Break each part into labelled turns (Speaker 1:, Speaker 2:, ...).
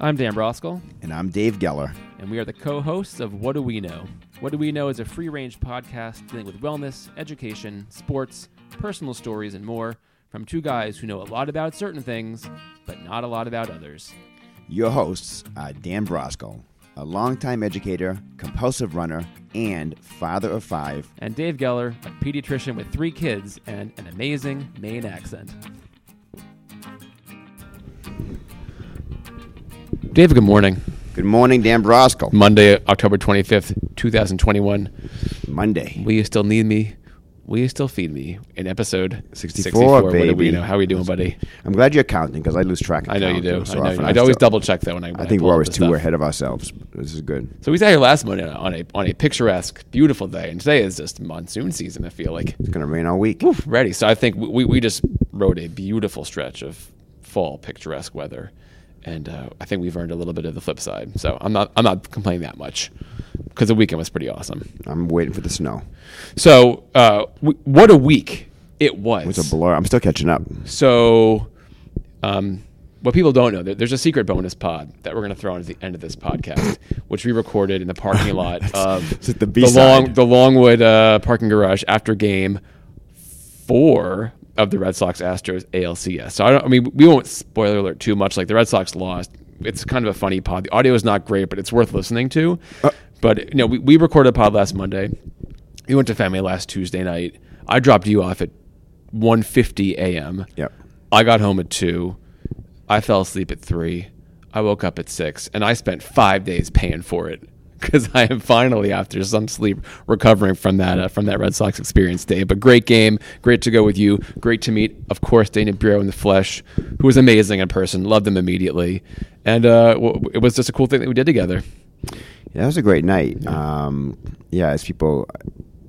Speaker 1: I'm Dan Broskell,
Speaker 2: And I'm Dave Geller.
Speaker 1: and we are the co hosts of What Do We Know? What Do We Know is a free range podcast dealing with wellness, education, sports, personal stories, and more from two guys who know a lot about certain things, but not a lot about others.
Speaker 2: Your hosts are Dan Broskell, a longtime educator, compulsive runner, and father of five.
Speaker 1: And Dave Geller, a pediatrician with three kids and an amazing Maine accent. Dave, good morning.
Speaker 2: Good morning, Dan Broskell.
Speaker 1: Monday, October 25th, 2021.
Speaker 2: Monday.
Speaker 1: Will you still need me? Will you still feed me? In episode
Speaker 2: 64,
Speaker 1: What do we
Speaker 2: baby.
Speaker 1: know? How are we doing, buddy?
Speaker 2: I'm glad you're counting because I lose track. Of
Speaker 1: I know you
Speaker 2: counting
Speaker 1: do.
Speaker 2: So
Speaker 1: I know.
Speaker 2: often.
Speaker 1: you- I'd always
Speaker 2: still-
Speaker 1: double check that when I. when
Speaker 2: I think
Speaker 1: pull
Speaker 2: we're
Speaker 1: up
Speaker 2: always
Speaker 1: the
Speaker 2: too
Speaker 1: stuff.
Speaker 2: ahead of ourselves. This is good.
Speaker 1: So we sat here last Monday on a on a picturesque, beautiful day, and today is just monsoon season. I feel like
Speaker 2: It's gonna rain all week.
Speaker 1: Oof, ready. So I think we we just rode a beautiful stretch of fall picturesque weather, and uh, I think we've earned a little bit of the flip side. So I'm not I'm not complaining that much because the weekend was pretty awesome.
Speaker 2: I'm waiting for the snow.
Speaker 1: So uh, w- what a week it was.
Speaker 2: It's a blur. I'm still catching up.
Speaker 1: So, um, what people don't know, there- there's a secret bonus pod that we're going to throw in at the end of this podcast, which we recorded in the parking lot of
Speaker 2: it's like the
Speaker 1: the, long,
Speaker 2: B-side.
Speaker 1: the Longwood uh, parking garage after game four of the Red Sox Astros ALCS. So I don't. I mean, we won't spoiler alert too much. Like the Red Sox lost. It's kind of a funny pod. The audio is not great, but it's worth listening to.
Speaker 2: Uh.
Speaker 1: but you know, we, we recorded a pod last Monday. We went to family last Tuesday night. I dropped you off at 1:50 a.m.
Speaker 2: Yep.
Speaker 1: I got home at two. I fell asleep at three. I woke up at six, and I spent five days paying for it because I am finally, after some sleep, recovering from that uh, from that Red Sox experience day. But great game, great to go with you, great to meet, of course, Dana Bureau in the flesh, who was amazing in person. Loved him immediately, and uh, w- it was just a cool thing that we did together.
Speaker 2: Yeah, that was a great night. Um, yeah, as people,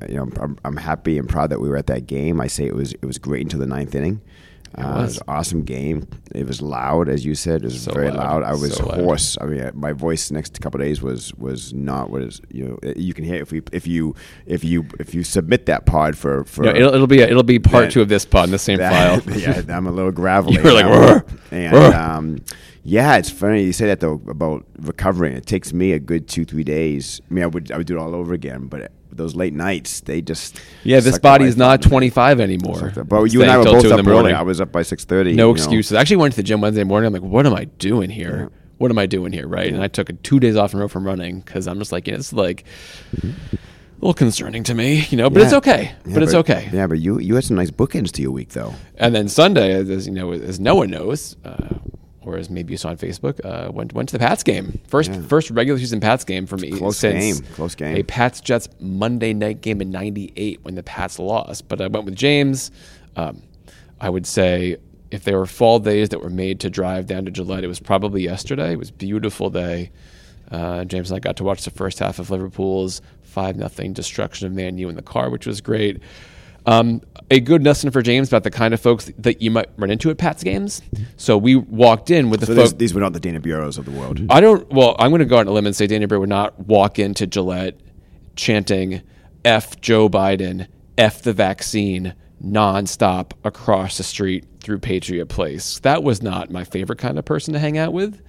Speaker 2: uh, you know, I'm, I'm happy and proud that we were at that game. I say it was it was great until the ninth inning. Uh, it, was.
Speaker 1: was.
Speaker 2: an awesome game. It was loud, as you said. It was
Speaker 1: So
Speaker 2: very
Speaker 1: loud.
Speaker 2: loud. I was
Speaker 1: So loud.
Speaker 2: hoarse. I mean, uh, my voice the next couple of days was was not what is you know uh, you can hear if we if you if you if you submit that pod for for
Speaker 1: You know, it'll, it'll be it'll be part
Speaker 2: That-
Speaker 1: two of this pod in the same
Speaker 2: that-
Speaker 1: file.
Speaker 2: yeah, I'm a little gravelly.
Speaker 1: You were like,
Speaker 2: now.
Speaker 1: "Rrr,
Speaker 2: and
Speaker 1: rrr."
Speaker 2: um, yeah, it's funny you say that though about recovering. It takes me a good two three days. I mean, I would I would do it all over again, but those late nights they just
Speaker 1: Yeah, this
Speaker 2: suck the
Speaker 1: body is
Speaker 2: life
Speaker 1: not
Speaker 2: out of me.
Speaker 1: 25 anymore.
Speaker 2: But you and I were both up early. I was up by six thirty.
Speaker 1: no excuses. I actually went to the gym Wednesday morning. I'm like, what am I doing here? What am I doing here? Right. And I took two days off in a row from running because I'm just like, it's like a little concerning to me, you know, but it's
Speaker 2: Yeah.
Speaker 1: okay.
Speaker 2: Yeah,
Speaker 1: but it's okay.
Speaker 2: Yeah, but you you had some nice bookends to your week though.
Speaker 1: And then Sunday, as- as you know, as no one knows, uh, or as maybe you saw on Facebook, uh, went went to the Pats game. First first regular season Pats game for me.
Speaker 2: Close
Speaker 1: since
Speaker 2: game. Close game.
Speaker 1: A Pats Jets Monday night game in '98 when the Pats lost. But I went with James. Um, I would say if there were fall days that were made to drive down to Gillette, it was probably yesterday. It was a beautiful day. Uh, James and I got to watch the first half of Liverpool's five 0 destruction of Man U in the car, which was great. Um, a good lesson for James about the kind of folks that you might run into at Pats games. So we walked in with the
Speaker 2: So
Speaker 1: folks.
Speaker 2: these, these were not the Dana Bureaus of the world.
Speaker 1: I don't. Well, I'm going to go on a limb and say Daniel Bray would not walk into Gillette chanting "F Joe Biden, F the vaccine" nonstop across the street through Patriot Place. That was not my favorite kind of person to hang out with,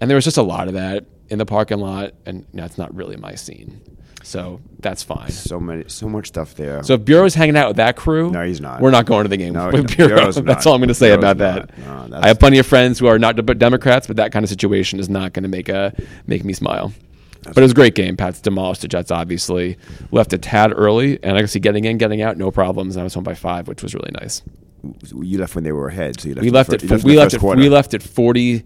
Speaker 1: and there was just a lot of that in the parking lot, and that's not really my scene. So that's fine.
Speaker 2: So many, so much stuff there.
Speaker 1: So if Bureau's hanging out with that crew,
Speaker 2: No, he's not.
Speaker 1: We're not going to the game
Speaker 2: No,
Speaker 1: with
Speaker 2: no,
Speaker 1: Bureau.
Speaker 2: Bureau's
Speaker 1: that's
Speaker 2: not.
Speaker 1: all I'm going to say
Speaker 2: Bureau's
Speaker 1: about
Speaker 2: not.
Speaker 1: that.
Speaker 2: No,
Speaker 1: I
Speaker 2: that's-
Speaker 1: have plenty of friends who are not de- Democrats, but that kind of situation is not going to make a make me smile. But it was a great game. Pats demolished the Jets. Obviously, left a tad early, and I could see getting in, getting out, no problems. And I was home by five, which was really nice.
Speaker 2: you left when they were ahead. So you left.
Speaker 1: We
Speaker 2: the
Speaker 1: left
Speaker 2: fir-
Speaker 1: at
Speaker 2: you
Speaker 1: fo-
Speaker 2: the
Speaker 1: we left
Speaker 2: first
Speaker 1: at
Speaker 2: quarter.
Speaker 1: we left at 40,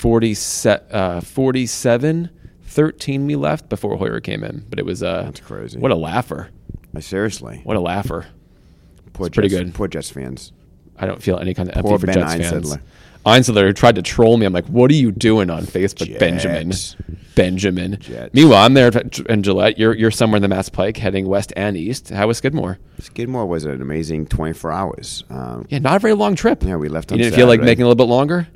Speaker 1: 40 se- uh, 47, 13 We left before Hoyer came in, but it was uh,
Speaker 2: That's crazy.
Speaker 1: What a laugher!
Speaker 2: Uh, Seriously,
Speaker 1: What a laugher!
Speaker 2: poor
Speaker 1: pretty
Speaker 2: Jets-
Speaker 1: good.
Speaker 2: Poor Jets fans.
Speaker 1: I don't feel any kind of
Speaker 2: Poor
Speaker 1: empathy for
Speaker 2: Ben
Speaker 1: Jets fans.
Speaker 2: Einsiedler.
Speaker 1: Einsiedler tried to troll me. I'm like, what are you doing on Facebook, Benjamin?
Speaker 2: Jets.
Speaker 1: Benjamin.
Speaker 2: Jets.
Speaker 1: Meanwhile, I'm there in Gillette. You're you're somewhere in the Mass Pike, heading west and east. How was Skidmore?
Speaker 2: Skidmore was an amazing 24 hours. Um,
Speaker 1: Yeah, not a very long trip.
Speaker 2: Yeah, we left
Speaker 1: You
Speaker 2: on
Speaker 1: didn't feel like
Speaker 2: Saturday.
Speaker 1: making it a little bit longer.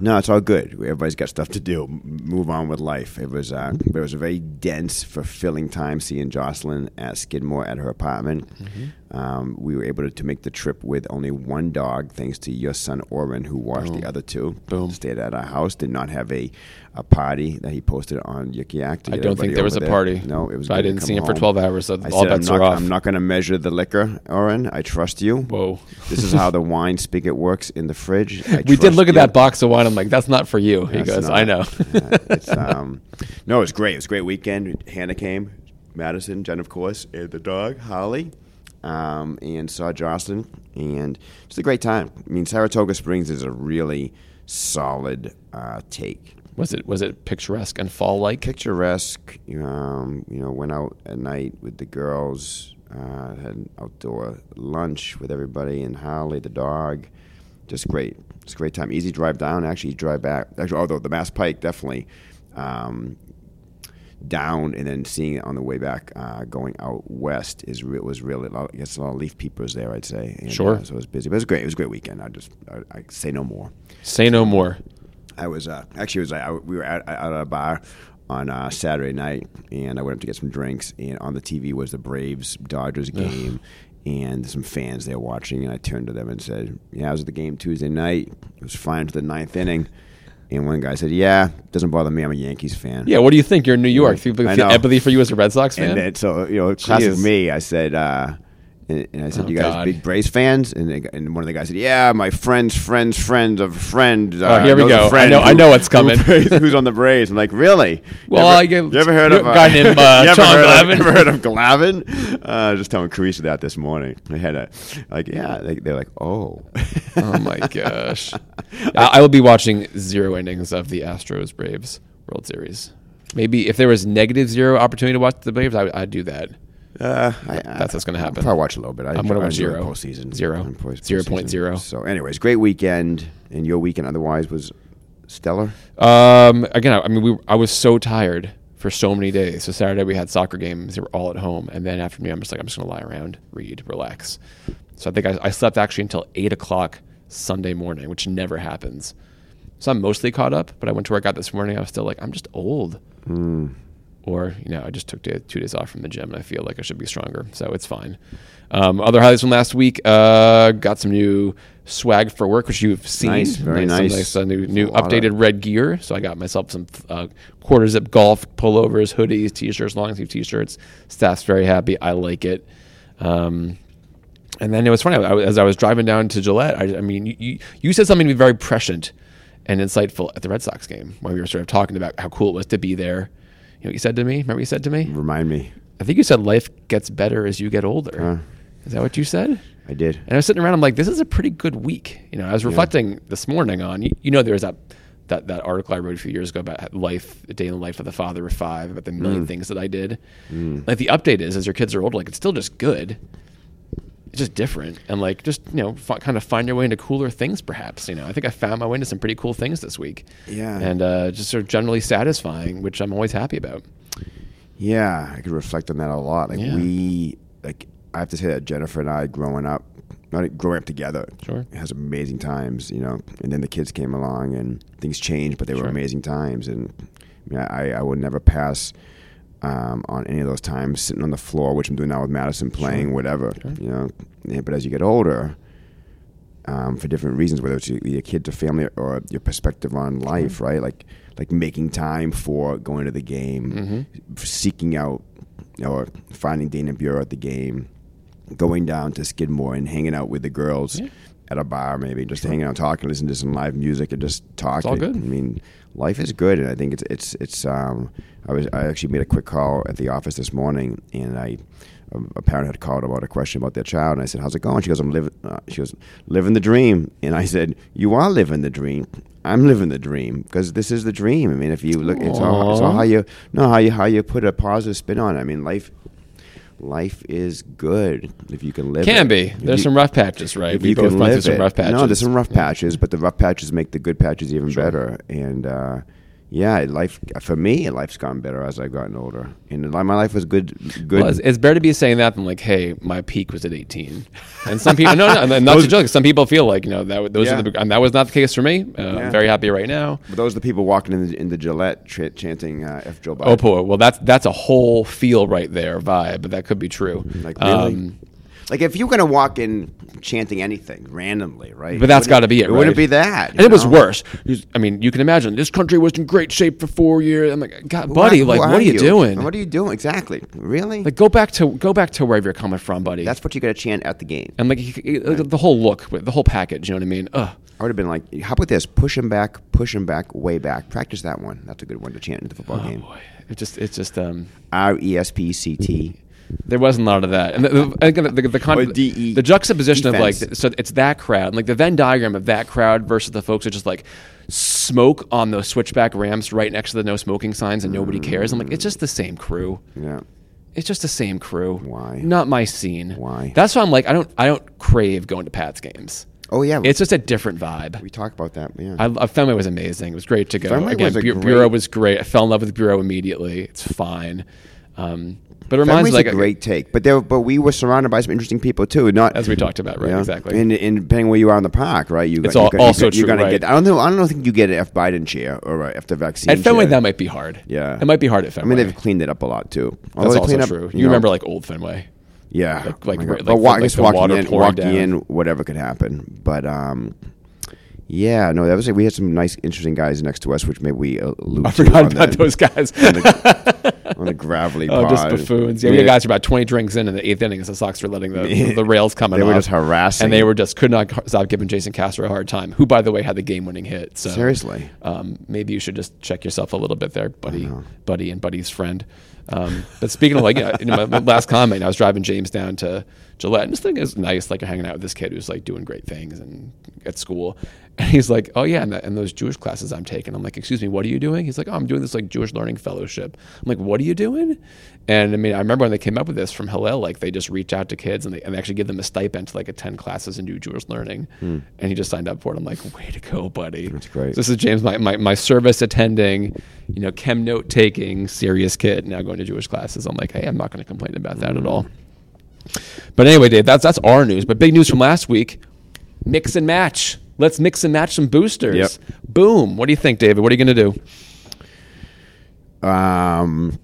Speaker 2: No, it's all good. Everybody's got stuff to do. M- Move on with life. It was uh, it was a very dense, fulfilling time seeing Jocelyn at Skidmore at her apartment.
Speaker 1: Mm-hmm.
Speaker 2: Um, we were able to, to make the trip with only one dog, thanks to your son Orrin, who watched the other two.
Speaker 1: Oh. Boom.
Speaker 2: Stayed at our house. Did not have a, a party that he posted on Yik Yak. to
Speaker 1: I
Speaker 2: get
Speaker 1: don't think
Speaker 2: everybody
Speaker 1: there was
Speaker 2: over
Speaker 1: a party.
Speaker 2: No, it was.
Speaker 1: But I
Speaker 2: good to
Speaker 1: didn't
Speaker 2: come
Speaker 1: see him for
Speaker 2: home.
Speaker 1: 12 hours, so
Speaker 2: I
Speaker 1: all
Speaker 2: said,
Speaker 1: bets
Speaker 2: I'm
Speaker 1: are
Speaker 2: not,
Speaker 1: off.
Speaker 2: I'm not going to measure the liquor, Orrin. I trust you.
Speaker 1: Whoa.
Speaker 2: This is how the wine spigot works in the fridge. I
Speaker 1: We did
Speaker 2: trust
Speaker 1: look at
Speaker 2: you.
Speaker 1: that box of wine. I'm like, that's not for you. He
Speaker 2: That's
Speaker 1: goes,
Speaker 2: not-
Speaker 1: I know.
Speaker 2: yeah, it's, um, no, it was great. It was a great weekend. Hannah came, Madison, Jen, of course, and the dog, Holly, um, and saw Jocelyn. And just a great time. I mean, Saratoga Springs is a really solid uh, take.
Speaker 1: was it was it picturesque and fall like?
Speaker 2: Picturesque, um, you know, went out at night with the girls, uh, had an outdoor lunch with everybody, and Holly, the dog. Just great. It's a great time. Easy drive down, actually, drive back. Actually, although the Mass Pike definitely um, down and then seeing it on the way back uh, going out west is re- was really a lot, I guess a lot of leaf peepers there I'd say And,
Speaker 1: Sure.
Speaker 2: uh, so it was busy but it was great it was a great weekend I just I, I say no more
Speaker 1: Say no more.
Speaker 2: I was uh, actually it was I, we were out, out at a bar on uh, Saturday night, and I went up to get some drinks, and on the TV was the Braves Dodgers game, and some fans there watching, and I turned to them and said, "Yeah, I was at the game Tuesday night. It was fine to the ninth inning." And one guy said, "Yeah, doesn't bother me. I'm a Yankees fan."
Speaker 1: Yeah, what do you think? You're in New York. People
Speaker 2: Mm, I
Speaker 1: feel
Speaker 2: know.
Speaker 1: empathy for you as a Red Sox fan.
Speaker 2: And then, so you know, classic
Speaker 1: Jeez.
Speaker 2: me. I said, uh, and, and I said,
Speaker 1: Oh,
Speaker 2: "You guys
Speaker 1: God.
Speaker 2: big Braves fans?" And, they, and one of the guys said, "Yeah, my friend's friend's friend of a friend." Uh,
Speaker 1: Oh, here we
Speaker 2: knows a
Speaker 1: go. I
Speaker 2: friend
Speaker 1: know- I know what's
Speaker 2: who
Speaker 1: coming.
Speaker 2: plays- who's on the Braves? I'm like, really?
Speaker 1: Well,
Speaker 2: Never-
Speaker 1: I get-
Speaker 2: you ever heard of
Speaker 1: a guy named, uh,
Speaker 2: you ever
Speaker 1: Sean
Speaker 2: heard of-
Speaker 1: Glavine?
Speaker 2: ever heard of Glavin? Uh, I was just telling Carissa that this morning. I had a like, yeah. They, they're like, oh,
Speaker 1: oh my gosh. I, I will be watching zero innings of the Astros Braves World Series. Maybe if there was negative zero opportunity to watch the Braves, I, would- I'd do that.
Speaker 2: Uh, I,
Speaker 1: That's what's gonna
Speaker 2: I'll
Speaker 1: happen.
Speaker 2: Probably watch a little bit. I,
Speaker 1: I'm gonna
Speaker 2: I
Speaker 1: watch
Speaker 2: enjoy
Speaker 1: zero.
Speaker 2: postseason.
Speaker 1: Zero.
Speaker 2: I'm post-
Speaker 1: Zero
Speaker 2: postseason.
Speaker 1: point zero.
Speaker 2: So, anyways, great weekend, and your weekend otherwise was stellar.
Speaker 1: Um, again, I, I mean, we I was so tired for so many days. So Saturday we had soccer games; they were all at home, and then after me, I'm just like, I'm just gonna lie around, read, relax. So I think I, I slept actually until eight o'clock Sunday morning, which never happens. So I'm mostly caught up, but I went to work out this morning. I was still like, I'm just old, or you know, I just took day, two days off from the gym, and I feel like I should be stronger. So it's fine. Um, other highlights from last week: uh, got some new swag for work, which you've seen.
Speaker 2: Nice, very
Speaker 1: some
Speaker 2: nice.
Speaker 1: nice uh, new, new
Speaker 2: lot of-
Speaker 1: updated red gear. So I got myself some uh, quarter zip golf pullovers, hoodies, t-shirts, long sleeve t-shirts. Staff's very happy. I like it. Um, and then it was funny I, was- as I was driving down to Gillette. I, I mean, you- you, you said something to me very prescient and insightful at the Red Sox game when we were sort of talking about how cool it was to be there. You know what you said to me? Remember what you said to me?
Speaker 2: Remind me,
Speaker 1: I think you said life gets better as you get older. Is that what you said?
Speaker 2: I did.
Speaker 1: And I was sitting around. I'm like, this is a pretty good week. You know, I was reflecting this morning on you, you know there was that that that article I wrote a few years ago about life, the day in the life of the father of five, about
Speaker 2: Mm.
Speaker 1: the million things that I did. Like the update is, as your kids are older, like it's still just good. It's just different, and like just you know, f- kind of find your way into cooler things, perhaps. You know, I think I found my way into some pretty cool things this week.
Speaker 2: Yeah.
Speaker 1: and uh, just sort of generally satisfying, which I'm always happy about.
Speaker 2: Yeah, I could reflect on that a lot. Like
Speaker 1: Yeah.
Speaker 2: we, like I have to say that Jennifer and I, growing up, not e, growing up together,
Speaker 1: Sure.
Speaker 2: has amazing times. You know, and then the kids came along and things changed, but they were
Speaker 1: Sure.
Speaker 2: amazing times. And I, mean, I, I will never pass um, on any of those times sitting on the floor, which I'm doing now with Madison playing whatever. You know, Yeah, but as you get older. Um, for different reasons, whether it's your, your kids or family or your perspective on life, right? Like, like making time for going to the game,
Speaker 1: Mhm.
Speaker 2: seeking out or finding Dana Bureau at the game, going down to Skidmore and hanging out with the girls
Speaker 1: Yeah.
Speaker 2: at a bar, maybe just hanging out, talking, listening to some live music, and just talking.
Speaker 1: good.
Speaker 2: I mean, life is good, and I think it's it's it's. Um, I was I actually made a quick call at the office this morning, and I. um, A parent had called about a question about their child, and I said, "How's it going?" She goes, "I'm living." Uh, she goes, "Living the dream," and I said, "You are living the dream. I'm living the dream because this is the dream. I mean, if you look, it's all, it's all
Speaker 1: Aw.
Speaker 2: how you no how you how you put a positive spin on it. I mean, life life is good if you can live.
Speaker 1: Can
Speaker 2: it.
Speaker 1: be.
Speaker 2: If
Speaker 1: There's
Speaker 2: you-
Speaker 1: some rough patches, right?
Speaker 2: If you
Speaker 1: both
Speaker 2: can
Speaker 1: went through
Speaker 2: live
Speaker 1: some
Speaker 2: it.
Speaker 1: rough patches.
Speaker 2: No, there's some rough patches, but the rough patches make the good patches even better. And uh, yeah, life for me, life's gotten better as I've gotten older. And li- my life was good. Good.
Speaker 1: Well, it's, it's better to be saying that than like, hey, my peak was at 18. And some people, no, no, and that's a joke. Some people feel like, you know, that those
Speaker 2: Yeah.
Speaker 1: are the, and that was not the case for me. Uh,
Speaker 2: Yeah.
Speaker 1: I'm very happy right now.
Speaker 2: But those are the people walking in the, in the Gillette tra- chanting uh, "F Joe Biden."
Speaker 1: Oh boy, well that's that's a whole feel right there vibe, but that could be true.
Speaker 2: Like, really? Like if you're gonna walk in chanting anything randomly, right?
Speaker 1: But that's
Speaker 2: wouldn't-
Speaker 1: got to be it.
Speaker 2: It wouldn't
Speaker 1: right?
Speaker 2: be that.
Speaker 1: And it was worse. It was- I mean, you can imagine this country was in great shape for four years. I'm like, God, buddy, like, what are you, doing?
Speaker 2: What are you doing exactly? Really?
Speaker 1: like, go back to go back to wherever you're coming from, buddy.
Speaker 2: that's what you gotta chant at the game.
Speaker 1: and like he- he- like, the whole look, the whole package. You know what I mean? Ugh. oh,
Speaker 2: I would have been like, how about this? Push him back, push him back, way back. Practice that one. That's a good one to chant in the football game.
Speaker 1: Boy, it just it's just um.
Speaker 2: R E S P C T.
Speaker 1: There wasn't a lot of that, and the, the, and again, the, the, con-
Speaker 2: Or DE.
Speaker 1: the juxtaposition of like
Speaker 2: Defense.
Speaker 1: so it's that crowd, and, like the Venn diagram of that crowd versus the folks who just like smoke on those switchback ramps right next to the no smoking signs, and
Speaker 2: Mm.
Speaker 1: nobody cares. I'm like, it's just the same crew.
Speaker 2: Yeah.
Speaker 1: It's just the same crew.
Speaker 2: Why?
Speaker 1: Not my scene.
Speaker 2: Why?
Speaker 1: That's why I'm like, I don't, I don't crave going to Pat's games.
Speaker 2: Oh yeah.
Speaker 1: It's just a different vibe.
Speaker 2: we talked about that. Yeah.
Speaker 1: I, I Fenway was amazing. It was great to go.
Speaker 2: Fenway
Speaker 1: Again,
Speaker 2: was a
Speaker 1: Bu-
Speaker 2: great-
Speaker 1: Bureau was great. I fell in love with Bureau immediately. It's fine, um, but it reminds
Speaker 2: Fenway's
Speaker 1: me like
Speaker 2: a great take, but there, but we were surrounded by some interesting people too. Not
Speaker 1: as we talked about, right?
Speaker 2: Yeah.
Speaker 1: Exactly.
Speaker 2: And, and depending where you are in the park, right? You,
Speaker 1: It's
Speaker 2: you
Speaker 1: all-
Speaker 2: got-
Speaker 1: also
Speaker 2: you, got- you're
Speaker 1: true,
Speaker 2: gonna
Speaker 1: right.
Speaker 2: get. I don't know. I don't think you get an F Biden chair or a F the vaccine.
Speaker 1: at Fenway,
Speaker 2: chair.
Speaker 1: that might be hard.
Speaker 2: Yeah.
Speaker 1: it might be hard at
Speaker 2: I
Speaker 1: Fenway.
Speaker 2: mean, they've cleaned it up a lot too.
Speaker 1: that's
Speaker 2: Although they
Speaker 1: also
Speaker 2: clean up,
Speaker 1: true. You remember like old Fenway?
Speaker 2: yeah,
Speaker 1: like-
Speaker 2: Oh
Speaker 1: like-
Speaker 2: my
Speaker 1: like
Speaker 2: God. but walk,
Speaker 1: the-
Speaker 2: I guess
Speaker 1: like the water
Speaker 2: walking in,
Speaker 1: pouring
Speaker 2: walking
Speaker 1: down.
Speaker 2: in, whatever could happen. But um, yeah, no, that was it. We had some nice, interesting guys next to us, which maybe we allude
Speaker 1: I
Speaker 2: to
Speaker 1: forgot
Speaker 2: on
Speaker 1: about
Speaker 2: the,
Speaker 1: those guys.
Speaker 2: on the gravelly
Speaker 1: Oh,
Speaker 2: pod.
Speaker 1: just buffoons. Yeah, we had guys who were about 20 drinks in in the eighth inning as the Sox were letting the, the rails come
Speaker 2: They were just harassing.
Speaker 1: And they were just could not ca- stop giving Jason Castro a hard time, who, by the way, had the game winning hit. So,
Speaker 2: Seriously.
Speaker 1: Um, maybe you should just check yourself a little bit there, buddy, buddy, and buddy's friend. Um, but speaking of like, you know, in my, my last comment, I was driving James down to Gillette, and this thing is nice. Like, you're hanging out with this kid who's like doing great things and at school. And he's like, "Oh yeah, and, that, and those Jewish classes I'm taking." I'm like, "Excuse me, what are you doing?" He's like, "Oh, I'm doing this like Jewish Learning Fellowship." I'm like, "What are you doing?" And I mean, I remember when they came up with this from Hillel, like they just reach out to kids and they, and they actually give them a stipend to like attend classes and do Jewish learning. And he just signed up for it. I'm like, "Way to go, buddy!" That's
Speaker 2: great.
Speaker 1: this is James, my, my, my service attending, you know, chem note taking, serious kid, now going to Jewish classes. I'm like, hey, I'm not going to complain about that
Speaker 2: Mm.
Speaker 1: at all. But anyway, Dave, that's that's our news. But big news from last week: mix and match. Let's mix and match some boosters.
Speaker 2: Yep.
Speaker 1: Boom. What do you think, David? What are you going to do?
Speaker 2: Um,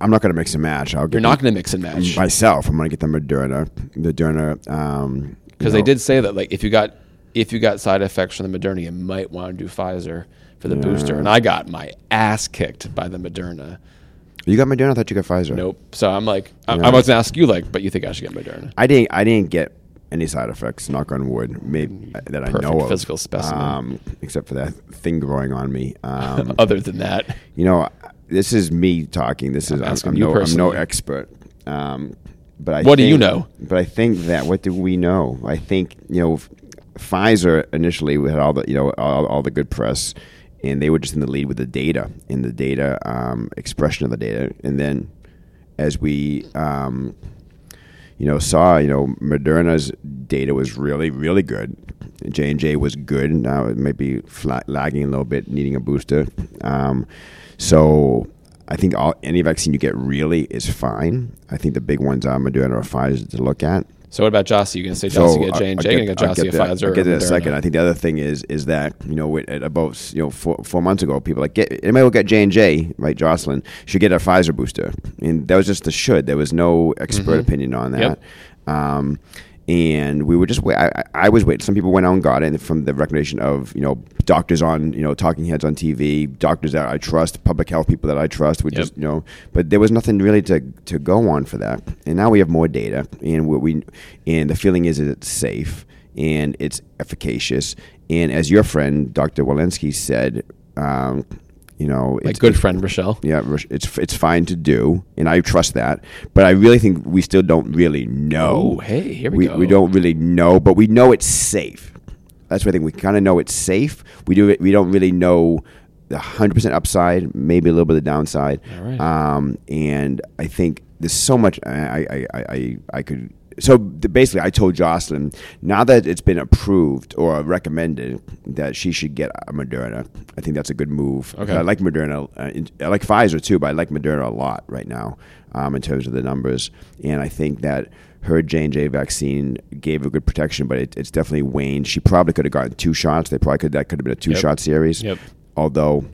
Speaker 2: I'm not going to mix and match. I'll
Speaker 1: You're not going to mix
Speaker 2: Mm,
Speaker 1: and match
Speaker 2: myself. I'm going to get the Moderna. Moderna. Um,
Speaker 1: because they did say that like if you got if you got side effects from the Moderna, you might want to do Pfizer for the booster. And I got my ass kicked by the Moderna.
Speaker 2: You got Moderna. I thought you got Pfizer.
Speaker 1: Nope. So I'm like, I, I was going to ask you like, but you think I should get Moderna?
Speaker 2: I didn't. I didn't get any side effects. Knock on wood. Maybe that I know
Speaker 1: Mm, Perfect
Speaker 2: of.
Speaker 1: physical specimen.
Speaker 2: Um, except for that thing growing on me. Um,
Speaker 1: other than that.
Speaker 2: you know, this is me talking. This is I'm,
Speaker 1: asking
Speaker 2: I'm
Speaker 1: you
Speaker 2: no, I'm no
Speaker 1: personally.
Speaker 2: expert. Um, but I
Speaker 1: What do you
Speaker 2: think-
Speaker 1: know?
Speaker 2: But I think that what do we know? I think you know Pfizer initially we had all the you know all, all the good press, and they were just in the lead with the data and the data um, expression of the data, and then as we. Um, you know, saw you know Moderna's data was really, really good. J and J was good. Now it may be fla- lagging a little bit, needing a booster. Um, so I think all any vaccine you get really is fine. I think the big ones are Moderna or Pfizer to look at.
Speaker 1: So what about Jossie? You gonna say
Speaker 2: So uh,
Speaker 1: Jossie get J and J? Gonna get
Speaker 2: I'll
Speaker 1: Jossie a
Speaker 2: that-
Speaker 1: Pfizer?
Speaker 2: I'll
Speaker 1: or
Speaker 2: get to that in a
Speaker 1: Moderna?
Speaker 2: second. I think the other thing is is that you know it, at about you know four, four months ago, people were like get anybody will get J and J, right? Jocelyn should get a Pfizer booster, and that was just the should. There was no expert
Speaker 1: Mm-hmm.
Speaker 2: opinion on that. Um, and we were just wait. I, I I was waiting. Some people went out and got it and from the recommendation of you know doctors on you know talking heads on TV, doctors that I trust, public health people that I trust. We
Speaker 1: Yep.
Speaker 2: just you know, but there was nothing really to to go on for that. And now we have more data, and what we and the feeling is that it's safe and it's efficacious. And as your friend Dr. Walensky said, um, you know,
Speaker 1: My
Speaker 2: it's,
Speaker 1: good friend Rochelle.
Speaker 2: yeah, Rosh- it's it's fine to do, and I trust that. But I really think we still don't really know.
Speaker 1: Oh, hey, here we
Speaker 2: we
Speaker 1: go.
Speaker 2: We don't really know, but we know it's safe. That's what I think. We kind of know it's safe. We do. We don't really know the hundred percent upside. Maybe a little bit of downside.
Speaker 1: All right.
Speaker 2: Um, and I think there's so much I I I, I, I could. So th- basically, I told Jocelyn now that it's been approved or recommended that she should get a Moderna. I think that's a good move.
Speaker 1: Okay.
Speaker 2: I like Moderna. Uh, in- I like Pfizer too, but I like Moderna a lot right now um, in terms of the numbers. And I think that her J and J vaccine gave her good protection, but it, it's definitely waned. She probably could have gotten two shots. They probably could that could have been a two shot series.
Speaker 1: Yep.
Speaker 2: Although